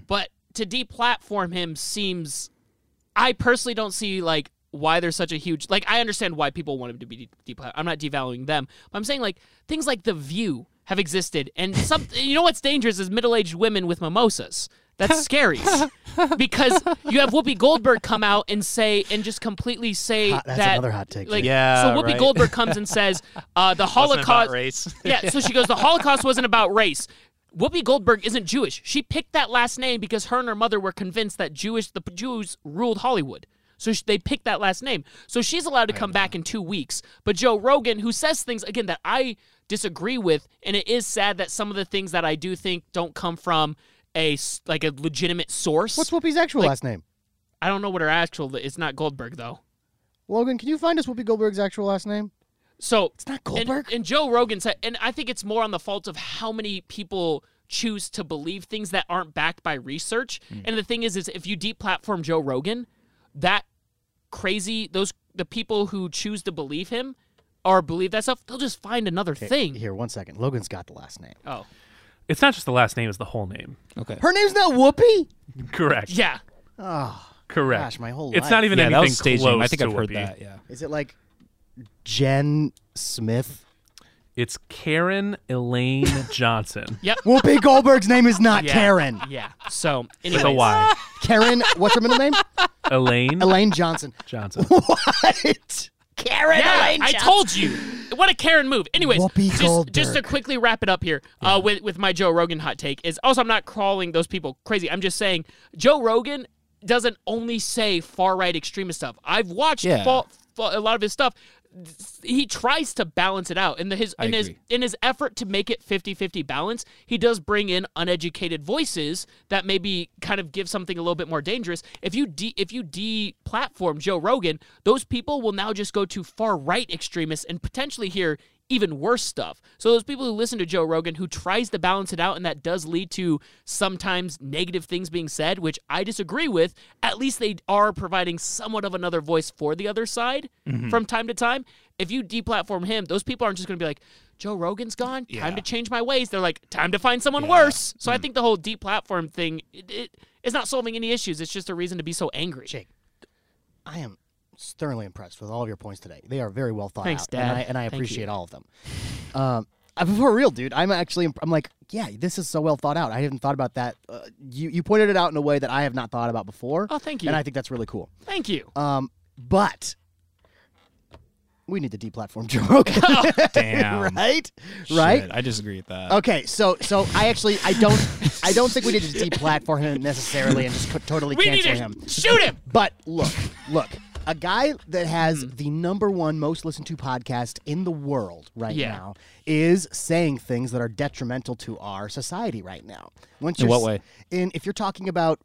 but to deplatform him seems. I personally don't see like why there's such a huge like I understand why people want him to be de- deplatformed. I'm not devaluing them. But I'm saying like things like The View have existed and some you know what's dangerous is middle-aged women with mimosas. That's scary. because you have Whoopi Goldberg come out and say and just completely say Hot- that's that another hot take, Like, too. Yeah, so Whoopi right. Goldberg comes and says uh, the Holocaust race. yeah, so she goes, the Holocaust wasn't about race. Whoopi Goldberg isn't Jewish. She picked that last name because her and her mother were convinced that Jewish the Jews ruled Hollywood. So sh they picked that last name. So she's allowed to come back in two weeks. But Joe Rogan, who says things again that I disagree with, and it is sad that some of the things that I do think don't come from a s- like a legitimate source. What's Whoopi's actual last name? I don't know what her actual. It's not Goldberg though. Logan, can you find us Whoopi Goldberg's actual last name? So It's not And, Goldberg. and Joe Rogan said, and I think it's more on the fault of how many people choose to believe things that aren't backed by research. And the thing is, is if you deplatform Joe Rogan, that crazy those the people who choose to believe him or believe that stuff, they'll just find another thing. Here, one second. Logan's got the last name. Oh, It's not just the last name; it's the whole name. Okay. Her name's not Whoopi. Correct. yeah. Oh, Correct. Gosh, my whole It's life. not even Yeah, that anything was staging. close. I think to I've heard Whoopi. that. Yeah. is it like Jen Smith? It's Karen Elaine Johnson. Whoopi Goldberg's name is not Yeah. Karen. Yeah. So, With a anyways, Y. Karen, what's her middle name? Elaine Elaine Johnson. Johnson. What? Karen Yeah, Elaine I Johnson. told you. What a Karen move. Anyways, Whoopi just, Goldberg. just to quickly wrap it up here uh, with, with my Joe Rogan hot take is also I'm not calling those people crazy. I'm just saying Joe Rogan doesn't only say far right extremist stuff. I've watched Yeah. fa- fa- a lot of his stuff. He tries to balance it out. And his I in his agree. in his effort to make it 50-50 balance, he does bring in uneducated voices that maybe kind of give something a little bit more dangerous. If you de- if you de-platform Joe Rogan, those people will now just go to far right extremists and potentially hear even worse stuff. So those people who listen to Joe Rogan who tries to balance it out and that does lead to sometimes negative things being said, which I disagree with, at least they are providing somewhat of another voice for the other side Mm-hmm. from time to time. If you deplatform him, those people aren't just going to be like Joe Rogan's gone, time to change my ways. They're like time to find someone worse. So I Mm. think the whole deplatform thing it, it is not solving any issues. It's just a reason to be so angry. Jake, I am thoroughly impressed with all of your points today. They are very well thought Thanks, out, Dad. and I, and I Thank you. appreciate all of them. Um, I'm for real, dude. I'm actually, imp- I'm like, yeah, this is so well thought out. I haven't thought about that. Uh, you you pointed it out in a way that I have not thought about before. Oh, thank you. And I think that's really cool. Thank you. Um, but we need to deplatform Joe Rogan, Oh, Damn. right? Right? Shit, I disagree with that. Okay, so so I actually I don't I don't think we need to deplatform him necessarily and just co- totally we need cancel to him. shoot him. But look, look, a guy that has Hmm. the number one most listened to podcast in the world right Yeah. now is saying things that are detrimental to our society right now. Once In you're what s- In if you're talking about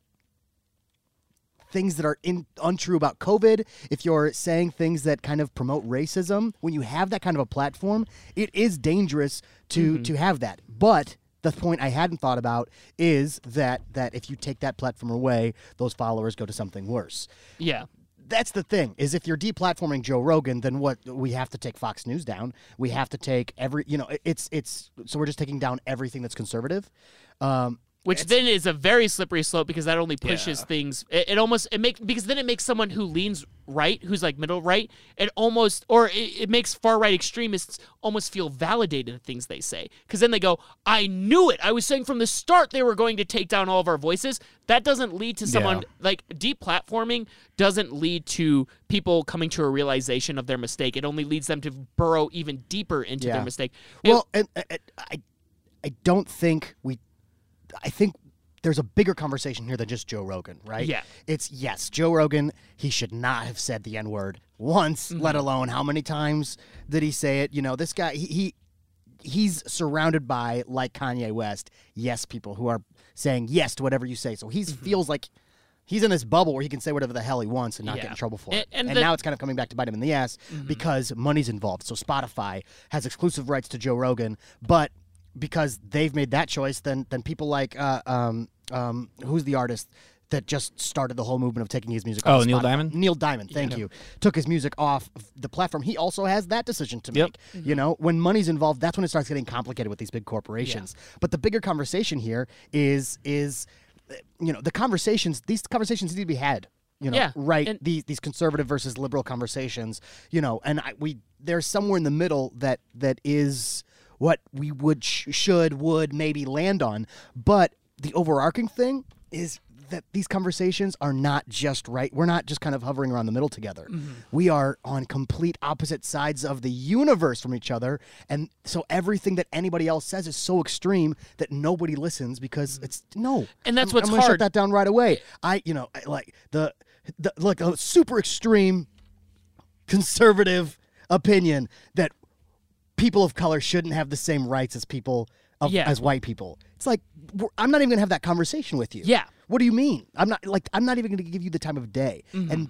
things that are in, untrue about COVID, if you're saying things that kind of promote racism, when you have that kind of a platform, it is dangerous to to have that. But the point I hadn't thought about is that that if you take that platform away, those followers go to something worse. Yeah. That's the thing is if you're deplatforming Joe Rogan, then what we have to take Fox News down. We have to take every you know it- it's it's so we're just taking down everything that's conservative. Um, Which then is a very slippery slope because that only pushes things. It, it almost it makes because then it makes someone who leans right, who's like middle right, it almost or it, it makes far right extremists almost feel validated in things they say because then they go, "I knew it. I was saying from the start they were going to take down all of our voices." That doesn't lead to someone like deplatforming doesn't lead to people coming to a realization of their mistake. It only leads them to burrow even deeper into Yeah. their mistake. It- Well, and, and- and I, I don't think we, I think there's a bigger conversation here than just Joe Rogan, right? Yeah. It's yes, Joe Rogan. He should not have said the N word once, Mm-hmm. let alone how many times did he say it? You know, this guy, he. he He's surrounded by, like Kanye West, yes people who are saying yes to whatever you say. So he Mm-hmm. feels like he's in this bubble where he can say whatever the hell he wants and not get Yeah. in trouble for A- it. and And, the- Mm-hmm. now it's kind of coming back to bite him in the ass because money's involved. So Spotify has exclusive rights to Joe Rogan, but because they've made that choice, then then people like uh, um, um, who's the artist that just started the whole movement of taking his music. Oh, off of Neil Spotify? Diamond? Neil Diamond, thank you, took his music off of the platform. He also has that decision to make. You know, when money's involved, that's when it starts getting complicated with these big corporations. But the bigger conversation here is is uh, you know the conversations these conversations need to be had. You know, Yeah, right? and- these these conservative versus liberal conversations. You know, and I, we there's somewhere in the middle that that is what we would sh- should would maybe land on. But the overarching thing is that these conversations are not just right. We're not just kind of hovering around the middle together. Mm-hmm. We are on complete opposite sides of the universe from each other, and so everything that anybody else says is so extreme that nobody listens because it's no. Mm-hmm. And that's I'm- what's I'm gonna shut hard. that down right away. I, you know, I, like the, the like a super extreme conservative opinion that people of color shouldn't have the same rights as people of, Yeah. as white people. It's like we're- I'm not even gonna have that conversation with you. Yeah. What do you mean? I'm not like I'm not even gonna give you the time of day. Mm-hmm. And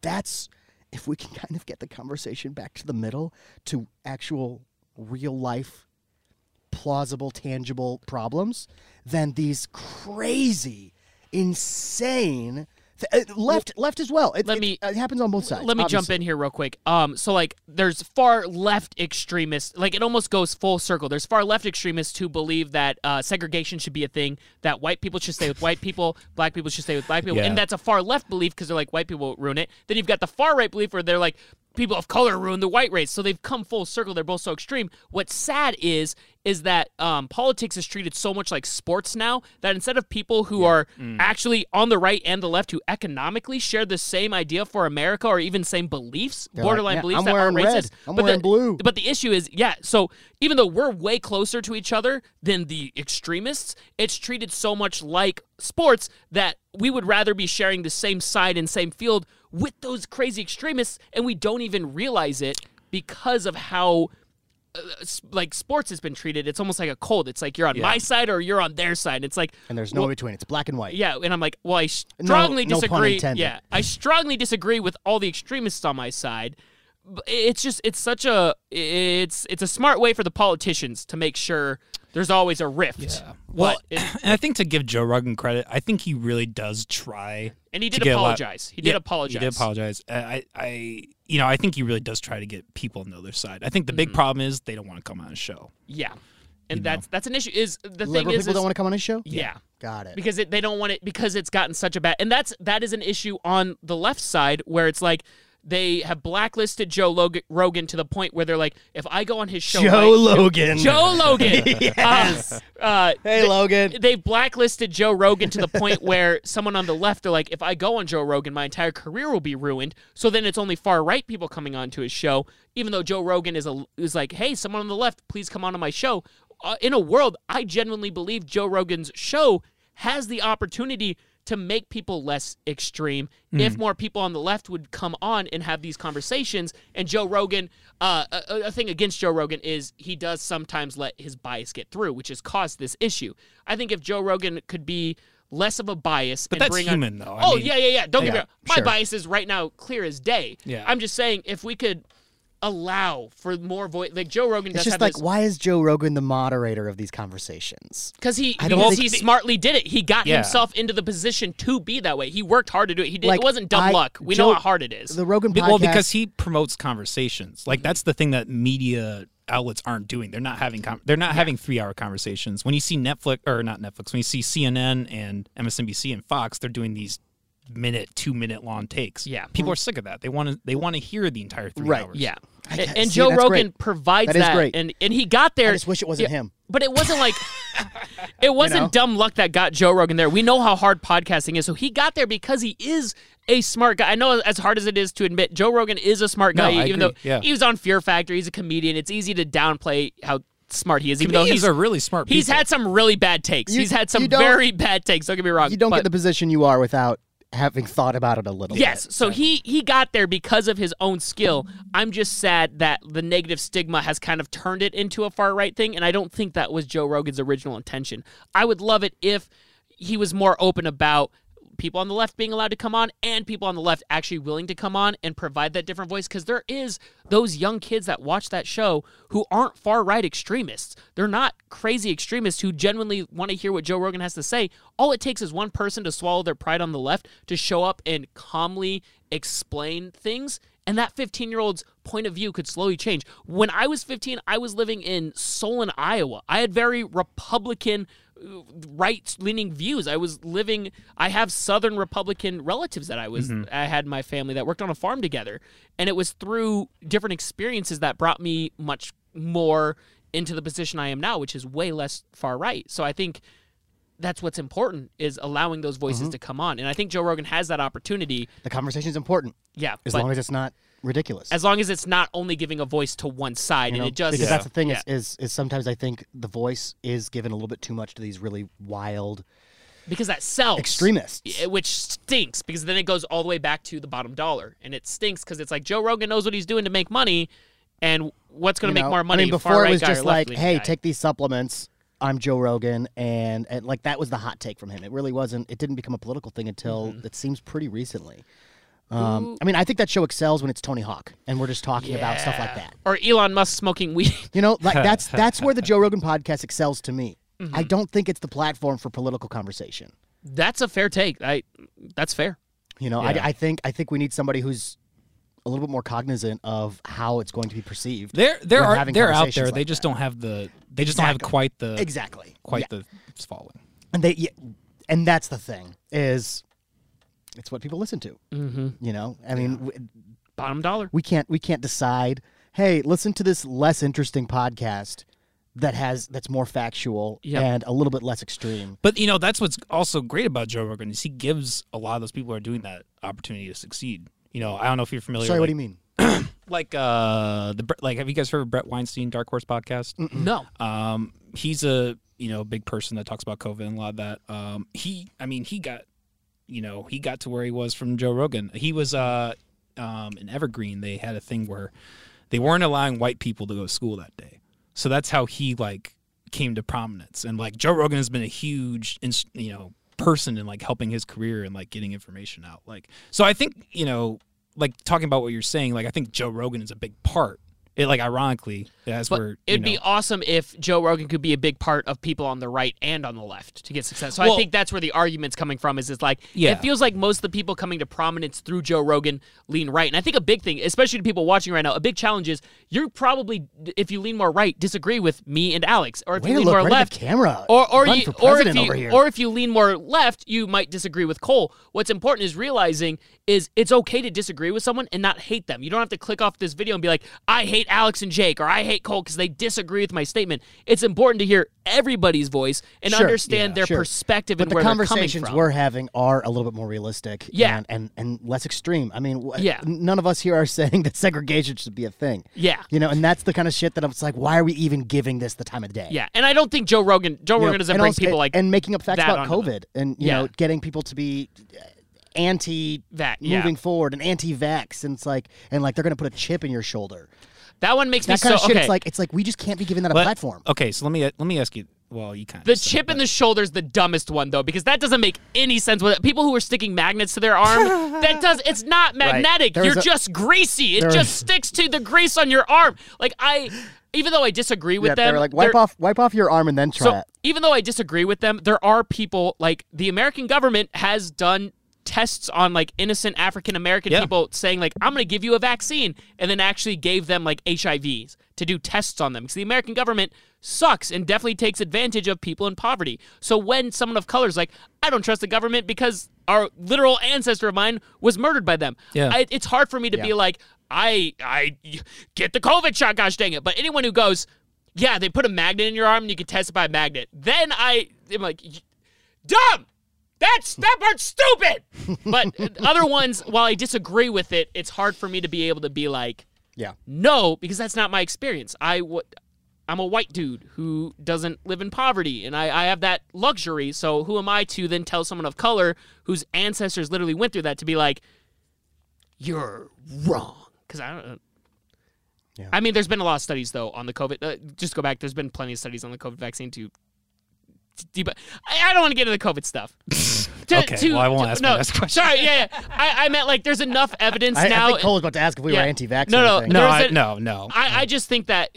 that's if we can kind of get the conversation back to the middle to actual real life plausible, tangible problems than these crazy, insane th- uh, left left as well. It, Let it- uh, me- It happens on both sides. Let me jump in here real quick. Um, so like, there's far left extremists. Like, it almost goes full circle. There's far left extremists who believe that uh, segregation should be a thing. That white people should stay with white people, black people should stay with black people, Yeah. and that's a far left belief because they're like white people ruin it. Then you've got the far right belief where they're like people of color ruin the white race. So they've come full circle. They're both so extreme. What's sad is is that um, politics is treated so much like sports now that instead of people who are Mm. actually on the right and the left who economically share the same idea for America or even same beliefs, like, borderline "Yeah, beliefs I'm that wearing aren't racist, red. I'm but wearing the, blue." But the issue is, yeah. So even though we're way closer to each other than the extremists, it's treated so much like sports that we would rather be sharing the same side and same field with those crazy extremists, and we don't even realize it because of how uh, s- like sports has been treated. It's almost like a cold. It's like you're on my side or you're on their side. It's like And there's no in between. It's black and white. yeah, and I'm like, well, I strongly no pun disagree. intended. yeah, I strongly disagree with all the extremists on my side. But It's just, it's such a, it's, it's a smart way for the politicians to make sure there's always a rift. Well, But it- and I think to give Joe Rogan credit, I think he really does try. And he to did get a lot- apologize. He did apologize. He did apologize. I, I, I, you know, I think he really does try to get people on the other side. I think the big problem is they don't want to come on a show. yeah, and that's that's an issue. Is the Liberal thing people is, don't is- want to come on his show. yeah. Got it. because it, they don't want it because it's gotten such a bad and that's that is an issue on the left side where it's like they have blacklisted Joe Log- Rogan to the point where they're like, if I go on his show, Joe right- Logan. Joe Logan, yes. uh, hey Logan. they blacklisted Joe Rogan to the point where someone on the left are like, if I go on Joe Rogan, my entire career will be ruined. So then it's only far right people coming onto his show, even though Joe Rogan is a is like, hey, someone on the left, please come onto my show. Uh, in a world, I genuinely believe Joe Rogan's show has the opportunity to make people less extreme Mm-hmm. if more people on the left would come on and have these conversations and joe rogan uh, a, a- a thing against joe rogan is he does sometimes let his bias get through which has caused this issue i think if joe rogan could be less of a bias. But and that's bring human, on, though. I Oh mean- yeah, yeah, yeah. Don't get Yeah, me wrong. My sure. bias is right now clear as day. Yeah. I'm just saying if we could allow for more voice, like Joe Rogan It's does just have like, this why is Joe Rogan the moderator of these conversations? because he don't because think- he smartly did it. He got Yeah. himself into the position to be that way. He worked hard to do it. He did. Like, it wasn't dumb I- luck. We Joe- know how hard it is. The Rogan Be- podcast. Well, because he promotes conversations. Mm-hmm. Like that's the thing that media outlets aren't doing. They're not having con they're not having three hour conversations. When you see Netflix or not Netflix, when you see CNN and MSNBC and Fox, they're doing these minute, two minute long takes. Yeah. Mm-hmm. people are sick of that. They want to they want to hear the entire three Right, hours. Yeah. I And, guess- and see, Joe that's Rogan great. provides That is great. And and he got there. I just wish it wasn't Yeah, him. But it wasn't like it wasn't know? dumb luck that got Joe Rogan there. We know how hard podcasting is. So he got there because he is a smart guy. I know as hard as it is to admit, Joe Rogan is a smart guy, I even agree. though Yeah. he was on Fear Factor, he's a comedian. It's easy to downplay how smart he is, even Comedians though are he's really smart. He's people. had some really bad takes. You- he's had some you don't- very bad takes. Don't get me wrong. You don't but- get the position you are without having thought about it a little. Yes. So he he got there because of his own skill. I'm just sad that the negative stigma has kind of turned it into a far right thing, and I don't think that was Joe Rogan's original intention. I would love it if he was more open about people on the left being allowed to come on and people on the left actually willing to come on and provide that different voice because there is those young kids that watch that show who aren't far right extremists they're not crazy extremists who genuinely want to hear what joe rogan has to say all it takes is one person to swallow their pride on the left to show up and calmly explain things and that 15 year old's point of view could slowly change when i was 15 i was living in solon iowa i had very republican right leaning views. I was living I have southern republican relatives that I was I had my family that worked on a farm together and it was through different experiences that brought me much more into the position I am now which is way less far right. So I think that's what's important is allowing those voices Mm-hmm. to come on and I think Joe Rogan has that opportunity. The conversation's important Yeah. as but long as it's not ridiculous. as long as it's not only giving a voice to one side you know? and it just because that's the thing is, is is sometimes I think the voice is given a little bit too much to these really wild because that sells extremists. Yeah, which stinks because then it goes all the way back to the bottom dollar, and it stinks because it's like Joe Rogan knows what he's doing to make money, and what's going you to know? make more money? I mean, before far-right it was guy or just like, left-leaning hey, guy? take these supplements. I'm Joe Rogan, and, and like that was the hot take from him. It really wasn't. It didn't become a political thing until Mm-hmm. it seems pretty recently. Um, I mean, I think that show excels when it's Tony Hawk, and we're just talking about stuff like that. or Elon Musk smoking weed. You know, like that's that's where the Joe Rogan podcast excels to me. Mm-hmm. I don't think it's the platform for political conversation. that's a fair take. I that's fair. You know, I, I think I think we need somebody who's a little bit more cognizant of how it's going to be perceived. They're they're when are, having they're out conversations there. like they just that. don't have the they just don't have Exactly. quite the Uh, exactly quite Yeah. the following. and they yeah, and that's the thing is it's what people listen to. Mm-hmm. You know, I mean, w Bottom dollar. we can't we can't decide. Hey, listen to this less interesting podcast that has that's more factual Yep. and a little bit less extreme. But you know that's what's also great about Joe Rogan is he gives a lot of those people who are doing that opportunity to succeed. You know, I don't know if you're familiar. Sorry, like, what do you mean? like uh the Bre- like have you guys heard of Brett Weinstein Dark Horse podcast? Mm. No, Um he's a you know big person that talks about COVID and a lot of that. Um he I mean he got you know he got to where he was from Joe Rogan. He was uh um in Evergreen they had a thing where they weren't allowing white people to go to school that day. So that's how he like came to prominence and like Joe Rogan has been a huge ins- you know person in like helping his career and like getting information out. Like so I think, you know, like talking about what you're saying, like I think Joe Rogan is a big part. It like ironically, that's but where you it'd be know- awesome if Joe Rogan could be a big part of people on the right and on the left to get success. So I Well- think that's where the argument's coming from. Is it's like Yeah. it feels like most of the people coming to prominence through Joe Rogan lean right, and I think a big thing, especially to people watching right now, a big challenge is you're probably if you lean more right, disagree with me and Alex, or if Way you to lean look more right at left, the camera. or or Run you, for or if president you over here. or if you lean more left, you might disagree with Cole. What's important is realizing is it's okay to disagree with someone and not hate them. You don't have to click off this video and be like, "I hate Alex and Jake" or "I hate Cole" because they disagree with my statement. It's important to hear everybody's voice and Sure, understand yeah, their sure. perspective but and the where they're conversations coming from. we're having are a little bit more realistic Yeah. and, and, and less extreme. I mean, wh- Yeah. none of us here are saying that segregation should be a thing. Yeah. You know, and that's the kind of shit that I'm just like, why are we even giving this the time of day? yeah, and I don't think Joe Rogan Joe You know, Rogan doesn't and bring also- people like and making up facts that about onto the- COVID and you Yeah. know getting people to be uh, anti That, yeah. moving forward and anti-vax and it's like and like they're gonna put a chip in your shoulder that one makes that me kind so of shit. okay. It's like it's like we just can't be given that a But- platform. Okay, so Uh, let me let me ask you Well, you kind of. The chip in the shoulder's the dumbest one though, because that doesn't make any sense. With people who are sticking magnets to their arm, that does it's not magnetic. There You're was a- just greasy. It there was- just sticks to the grease on your arm. Like I, even though I disagree with yeah, them, they're like wipe there- off, wipe off your arm, and then try So it. even though I disagree with them, there are people like the American government has done tests on like innocent African American Yeah. people saying like I'm going to give you a vaccine and then actually gave them like HIVs to do tests on them because the American government sucks and definitely takes advantage of people in poverty. So when someone of color is like I don't trust the government because our literal ancestor of mine was murdered by them. Yeah. I, it's hard for me to be like I I get the COVID shot gosh dang it. But anyone who goes yeah, they put a magnet in your arm and you can test it by a magnet. Then I am like, y- dumb. That's that part's stupid. But other ones, while I disagree with it, it's hard for me to be able to be like, Yeah. no, because that's not my experience. I w- I'm a white dude who doesn't live in poverty, and I, I have that luxury. So who am I to then tell someone of color whose ancestors literally went through that to be like, you're wrong? Because I don't. Yeah. I mean, there's been a lot of studies though on the COVID. Uh, just go back. There's been plenty of studies on the COVID vaccine to. Deb- I I don't want to get into the COVID stuff. To- Okay, well, I won't ask my no, next question. Sorry, yeah, yeah. I, I meant like there's enough evidence I, now. I think Cole was about to ask if we yeah. were anti-vax. No, or no, anything. No, There's I, a- no, no. I, I just think that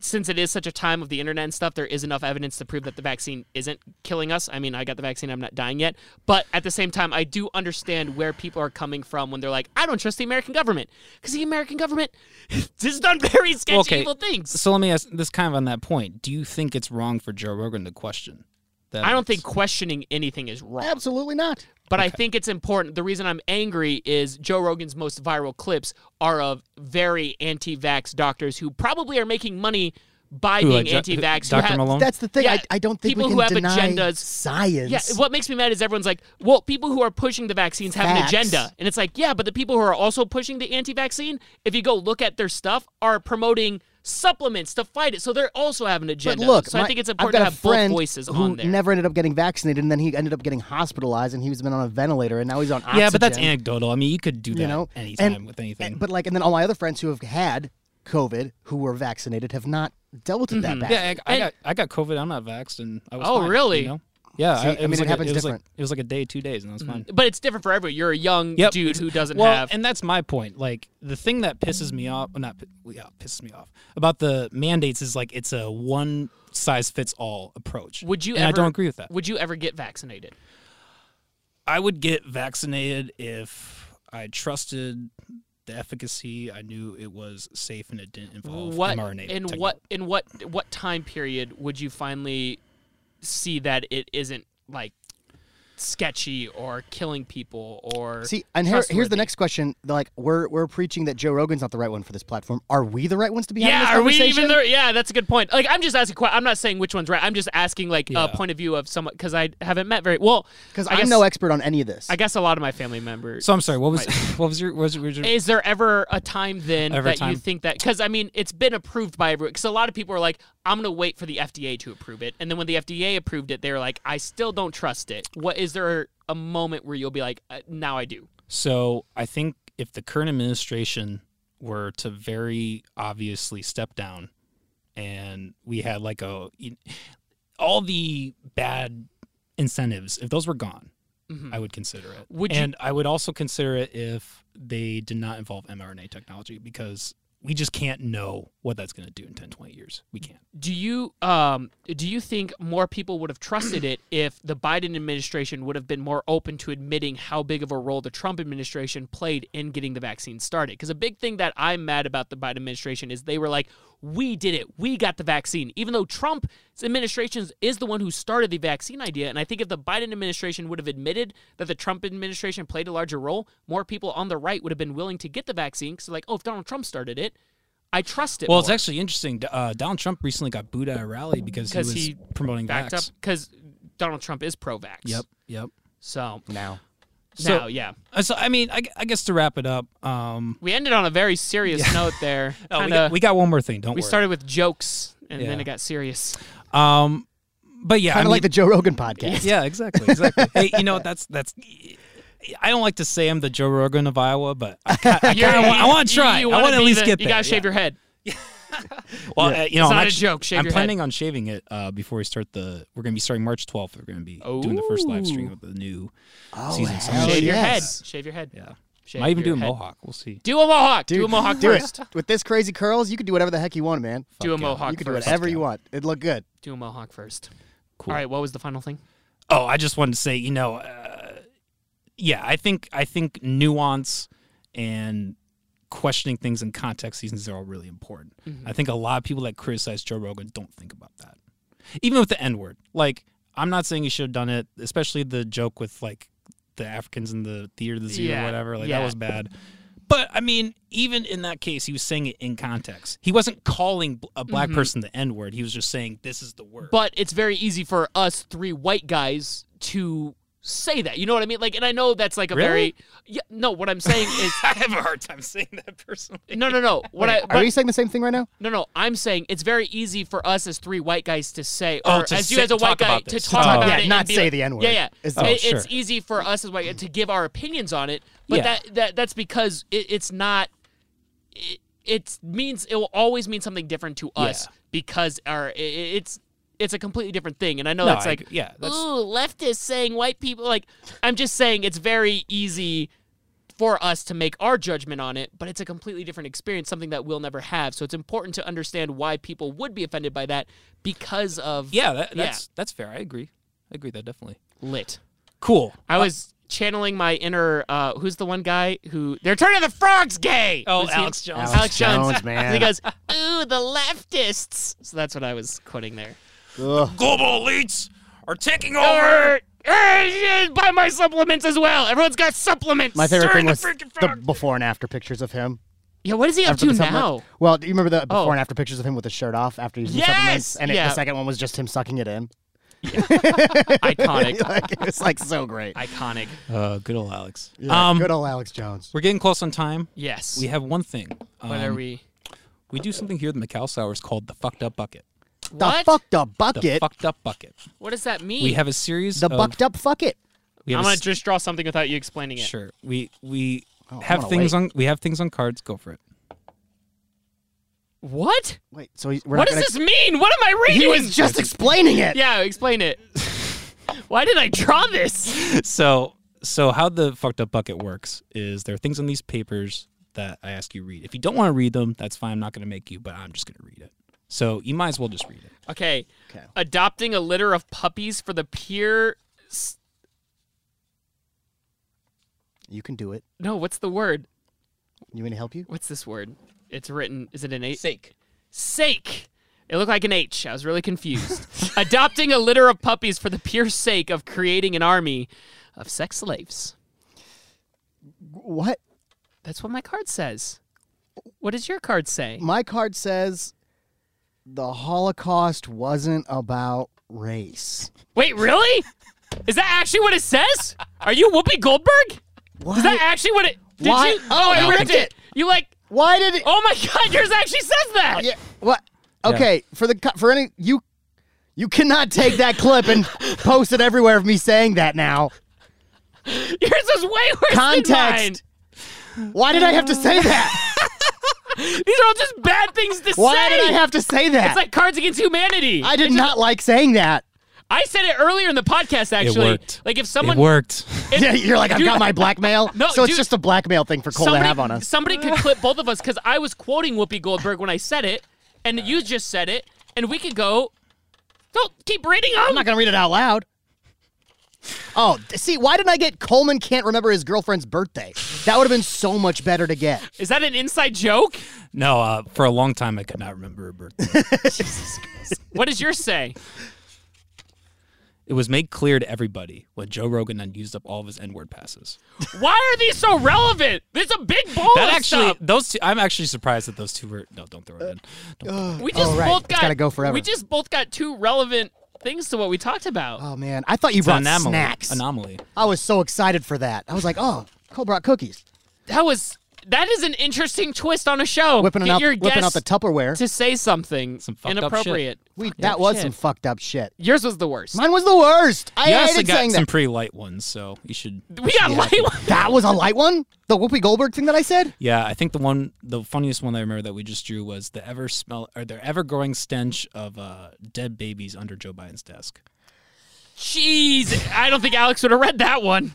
since it is such a time of the internet and stuff, there is enough evidence to prove that the vaccine isn't killing us. I mean, I got the vaccine, I'm not dying yet. But at the same time, I do understand where people are coming from when they're like, I don't trust the American government. Because the American government has done very sketchy, Okay. evil things. so let me ask this kind of on that point. Do you think it's wrong for Joe Rogan to question? That I don't think questioning anything is wrong. absolutely not. But I think it's important. The reason I'm angry is Joe Rogan's most viral clips are of very anti-vax doctors who probably are making money by Who, being like, Jo- anti-vax. who Dr. have- Malone? That's the thing. Yeah, I, I don't think people we who can have deny agendas- science. Yeah, what makes me mad is everyone's like, well, people who are pushing the vaccines have an Facts. agenda. And it's like, yeah, but the people who are also pushing the anti vaccine, if you go look at their stuff, are promoting supplements to fight it. So they also have an but agenda. look, so I my- think it's I've important got to a have both friend voices who on there. never ended up getting vaccinated, and then he ended up getting hospitalized, and he's been on a ventilator, and now he's on oxygen. Yeah, but that's anecdotal. I mean, you could do that You know, anytime and- with anything. But like, and then all my other friends who have had COVID, who were vaccinated, have not dealt with it that bad. yeah, I, I Mm-hmm. and- got I got COVID. I'm not vaxxed, and I was. Oh, fine, you really? know? Yeah, See, I, I it mean, was it like a- happens it was like- different. it was like a day, two days, and that's fine. but it's different for everyone. You're a young Mm, Yep. dude who doesn't well, have. and that's my point. Like the thing that pisses me off, well, not pi- well, yeah, pisses me off about the mandates is like it's a one size fits all approach. would you And ever, I don't agree with that. Would you ever get vaccinated? I would get vaccinated if I trusted the efficacy. I knew it was safe and it didn't involve what mRNA. in technology. what in what what time period would you finally see that it isn't like sketchy or killing people or See, and here, here's trustworthy? the next question. Like, we're we're preaching that Joe Rogan's not the right one for this platform. Are we the right ones to be having this yeah are we conversation? even there yeah that's a good point like i'm just asking que- i'm not saying which one's right i'm just asking like Yeah. a point of view of someone because i haven't met very well Because I I'm guess- no expert on any of this. i guess a lot of my family members So I'm sorry. What was what was your what was your, your is there ever a time then Ever a that you time. think that because i mean it's been approved by everyone because a lot of people are like i'm going to wait for the fda to approve it and then when the fda approved it they were like i still don't trust it what is there a moment where you'll be like uh, now i do So I think if the current administration were to very obviously step down and we had like a all the bad incentives, if those were gone, Mhm. I would consider it. Would you- and I Mm-hmm. would also consider it if they did not involve mRNA technology because we just can't know what that's going to do in 10, 20 years. We can't. do you um do you think more people would have trusted it if the Biden administration would have been more open to admitting how big of a role the Trump administration played in getting the vaccine started? Because a big thing that I'm mad about the Biden administration is they were like, "We did it. We got the vaccine," even though Trump's administration is the one who started the vaccine idea. And I think if the Biden administration would have admitted that the Trump administration played a larger role, more people on the right would have been willing to get the vaccine. Because like, oh, if Donald Trump started it. I trust it. Well, more. it's actually interesting. Uh, Donald Trump recently got booed at a rally because he 'Cause was he promoting backed up vax. because Donald Trump is pro-vax. Yep. Yep. So now. So- now, yeah, Uh, So, I mean, I, gu- I guess to wrap it up, um, we ended on a very serious note there. Oh, we, Kinda- got, we got one more thing. Don't we worry. started with jokes and then Yeah. it got serious. um, but yeah, Kind I of like the mean- Joe Rogan podcast. yeah, exactly, exactly. hey, you know what? That's that's. I don't like to say I'm the Joe Rogan of Iowa, but I, ki- I, kinda You're- wa- I want to you- try. you I wanna want to at be least the- get You there. gotta shave your head. Well, uh, you know, It's I'm not a actu- joke. Shave I'm your head. planning on shaving it uh, before we start the. We're going to be starting March 12th. We're going to be doing the first live stream of the new Oh, season. So I'm hell gonna Shave your head. yes. Shave your head. Yeah. Shave Might even do your a head. mohawk. We'll see. Do a mohawk. do a Dude, mohawk do it. first. With this crazy curls, you can do whatever the heck you want, man. Do a Fuck yeah. mohawk you can do first. whatever you want. It'd look good. Do a mohawk first. Cool. All right. What was the final thing? Oh, I just wanted to say, you know, uh, yeah, I think I think nuance and questioning things in context seasons are all really important. Mm-hmm. I think a lot of people that criticize Joe Rogan don't think about that. Even with the N word, like I'm not saying he should have done it, especially the joke with like the Africans in the theater the zoo Yeah, or whatever. Like yeah. that was bad. But I mean, even in that case, he was saying it in context. He wasn't calling bl- a black person the N word. He was just saying this is the word. Mm-hmm. But it's very easy for us three white guys to say that. You know what I mean? Like, and I know that's like a very Really? yeah. No, what I'm saying is I have a hard time saying that personally. no, no, no. What I Are but- you saying the same thing right now? no, no. I'm saying it's very easy for us as three white guys to say, Oh, or to as you say- as a talk white guy about to this. To talk talk- about Yeah, it, and not be say like- the N-word. Yeah, yeah. It's- It- Oh, It's sure. easy for us as white guys to give our opinions on it, but Yeah. that that that's because it, it's not. It, it means it will always mean something different to us Yeah. because our it, it's it's a completely different thing, and I know No, that's I- like yeah, that's- ooh leftist saying white people like I'm just saying it's very easy for us to make our judgment on it, but it's a completely different experience, something that we'll never have. So it's important to understand why people would be offended by that because of Yeah, that, that's that's fair. I agree. I agree with that definitely. lit. Cool. I was channeling my inner uh who's the one guy who they're turning the frogs gay. Oh, Who's he? Alex Jones. Alex Jones. Jones, man. And he goes, "Ooh, the leftists." So that's what I was quoting there. Ugh. Global elites are taking Or "Eh, yeah, buy my supplements as well. Everyone's got supplements. My favorite thing was freaking the before and after pictures of him. yeah, what is he up After to the supplement- now? Well, do you remember the before Oh. and after pictures of him with his shirt off after using Yes! supplements? And it, Yeah. the second one was just him sucking it in. Iconic. like, it was like so great. Iconic. Uh, good old Alex. Yeah, um, good old Alex Jones. we're getting close on time. Yes. We have one thing. Um, what are we? we do something here at the McAllis Hours called the fucked up bucket. What? The fucked up The bucket. fucked up bucket. What does that mean? We have a series. the of, bucked up fuck it. We I'm have a gonna s- just draw something without you explaining it. Sure. We we I have wanna things wait. on. We have things on cards. Go for it. What? Wait, so he's, we're what not does gonna, this mean? What am I reading? He was just explaining it. Yeah, explain it. Why did I draw this? so so how the fucked up bucket works is there are things on these papers that I ask you to read. If you don't want to read them, that's fine. I'm not going to make you, but I'm just going to read it. So you might as well just read it. Okay. Okay. Adopting a litter of puppies for the pure. s- You can do it. No, what's the word? You want me to help you? What's this word? It's written. Is it an H? Sake. Sake. It looked like an H. I was really confused. Adopting a litter of puppies for the pure sake of creating an army of sex slaves. What? That's what my card says. What does your card say? My card says the Holocaust wasn't about race. Wait, really? Is that actually what it says? Are you Whoopi Goldberg? Why? Is that actually what it? Did Why- you? Oh, I ripped it. You like? why did it? Oh my God, yours actually says that. Yeah. What? Okay. For the co- for any you, you cannot take that clip and post it everywhere of me saying that now. Yours is way worse Context. Why did I have to say that? than mine. These are all just bad things to Why say. did I have to say that? It's like Cards Against Humanity. I did not like saying that. I said it earlier in the podcast. Actually, worked. like if It someone worked. Yeah, you're like I've dude- got my blackmail. No, so it's dude- just a blackmail thing for Cole somebody, to have on us. somebody could clip both of us because I was quoting Whoopi Goldberg when I said it, and you just said it, and we could go. Don't keep reading I'm on. not gonna read it out loud. Oh, d- see, why didn't I get Coleman can't remember his girlfriend's birthday? That would have been so much better to get. Is that an inside joke? No, uh, for a long time I could not remember her birthday. What does yours say? it was made clear to everybody when Joe Rogan then used up all of his N-word passes. Why are these so relevant? There's a big bowl That of actually, stuff. those two, I'm actually surprised that those two were. No, don't throw it in. Don't throw it in. We just Oh, right. both It's got gotta go forever. We just both got two relevant things to what we talked about. Oh man, I thought you It's an brought anomaly. snacks. Anomaly. I was so excited for that. I was like, oh, Cole brought cookies. that was that is an interesting twist on a show. Whipping, it Get out, your whipping out guests the Tupperware. to say something Some fucked up shit. inappropriate. We fucked that up was shit. some fucked up shit. Yours was the worst. Mine was the worst. I You also hated got saying some that. pretty light ones, so you should. we got light one. That was a light one. The Whoopi Goldberg thing that I said. Yeah, I think the one, the funniest one I remember that we just drew was the ever smell or the ever growing stench of uh, dead babies under Joe Biden's desk. Jeez, I don't think Alex would have read that one.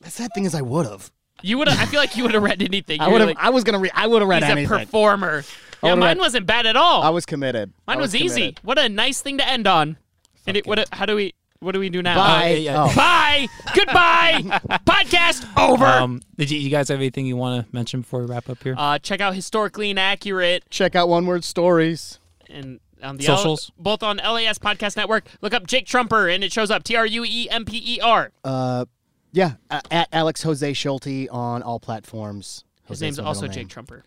The sad thing is, I would have. You would. have I feel like you would have read anything. I You were would have. like, I was gonna. Re- I would have read He's a anything. performer. Yeah, would've mine read- wasn't bad at all. I was committed. mine I was, easy. committed. What a nice thing to end on. And it, what? a- how do we? What do we do now? Uh, Bye. yeah, yeah. Oh. Bye. Goodbye. Podcast over. Um, did you, you guys have anything you want to mention before we wrap up here? uh, check out historically inaccurate Check out one word stories. and on the Socials. L- both on LAS Podcast Network. Look up Jake Trumper and it shows up T R U E M P E R. Yeah, uh, at Alex Jose Schulte on all platforms. His Jose's name's my also middle name. Jake Trumper.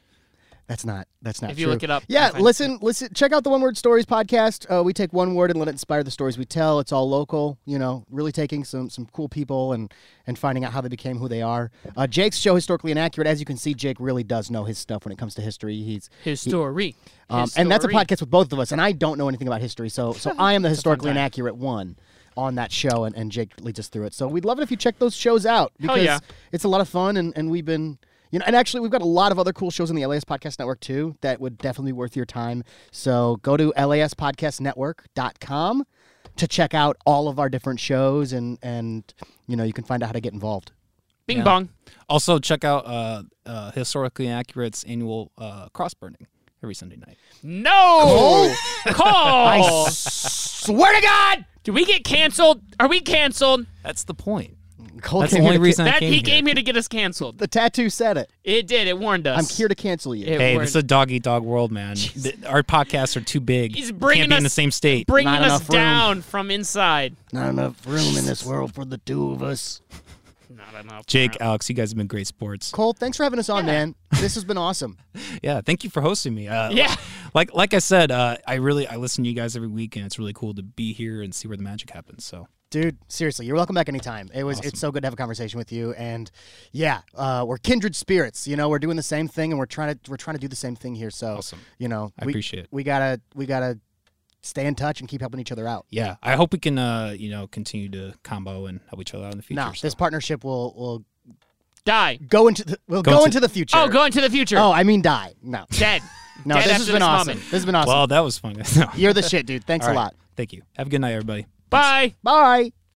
That's not. That's not. If you true. look it up, yeah. you'll find it. Listen, listen. Check out the One Word Stories podcast. Uh, we take one word and let it inspire the stories we tell. It's all local. You know, really taking some some cool people and and finding out how they became who they are. Uh, Jake's show historically inaccurate. As you can see, Jake really does know his stuff when it comes to history. He's His story. um, His and that's a story. podcast with both of us. And I don't know anything about history, so so I am the historically time. inaccurate one on that show, and, and Jake leads us through it. So we'd love it if you check those shows out Hell because yeah. it's a lot of fun, and, and we've been you know, and actually we've got a lot of other cool shows on the LAS Podcast Network too that would definitely be worth your time. So go to laspodcastnetwork.com to check out all of our different shows, and and you know you can find out how to get involved. Bing bong. Also, check out uh, uh, Historically Accurate's annual uh, cross burning every Sunday night. No. Call. Swear to God, Do we get canceled? Are we canceled? That's the point. Cole That's the came here only to reason I That came he here. came here to get us canceled. the tattoo said it. It did. It warned us. I'm here to cancel you. It Hey, warned- this is a dog eat dog world, man. Th- Our podcasts are too big. He's bringing Can't be in the us- same state. bringing Not us enough room. down from inside. Not enough room in this world for the two of us. Not enough. Jake, Alex, you guys have been great sports. Cole, thanks for having us on, man. This has been awesome. Yeah, thank you for hosting me. Uh, Yeah. like like I said, uh, I really I listen to you guys every week, and it's really cool to be here and see where the magic happens. So Dude, seriously, you're welcome back anytime. It was it's so good to have a conversation with you and yeah, uh, we're kindred spirits, you know, we're doing the same thing and we're trying to we're trying to do the same thing here. So Awesome. you know, I we, appreciate it. we gotta we gotta stay in touch and keep helping each other out. yeah, I hope we can uh, you know continue to combo and help each other out in the future. Nah, so. this partnership will will Die. go into the will go, into- into the future. Oh, go into the future. Oh, I mean die. No. Dead. No, Dead this after has been this awesome. moment. This has been awesome. well, that was fun. guys. No. you're the shit, dude. Thanks All a right. lot. Thank you. Have a good night, everybody. Bye. Bye.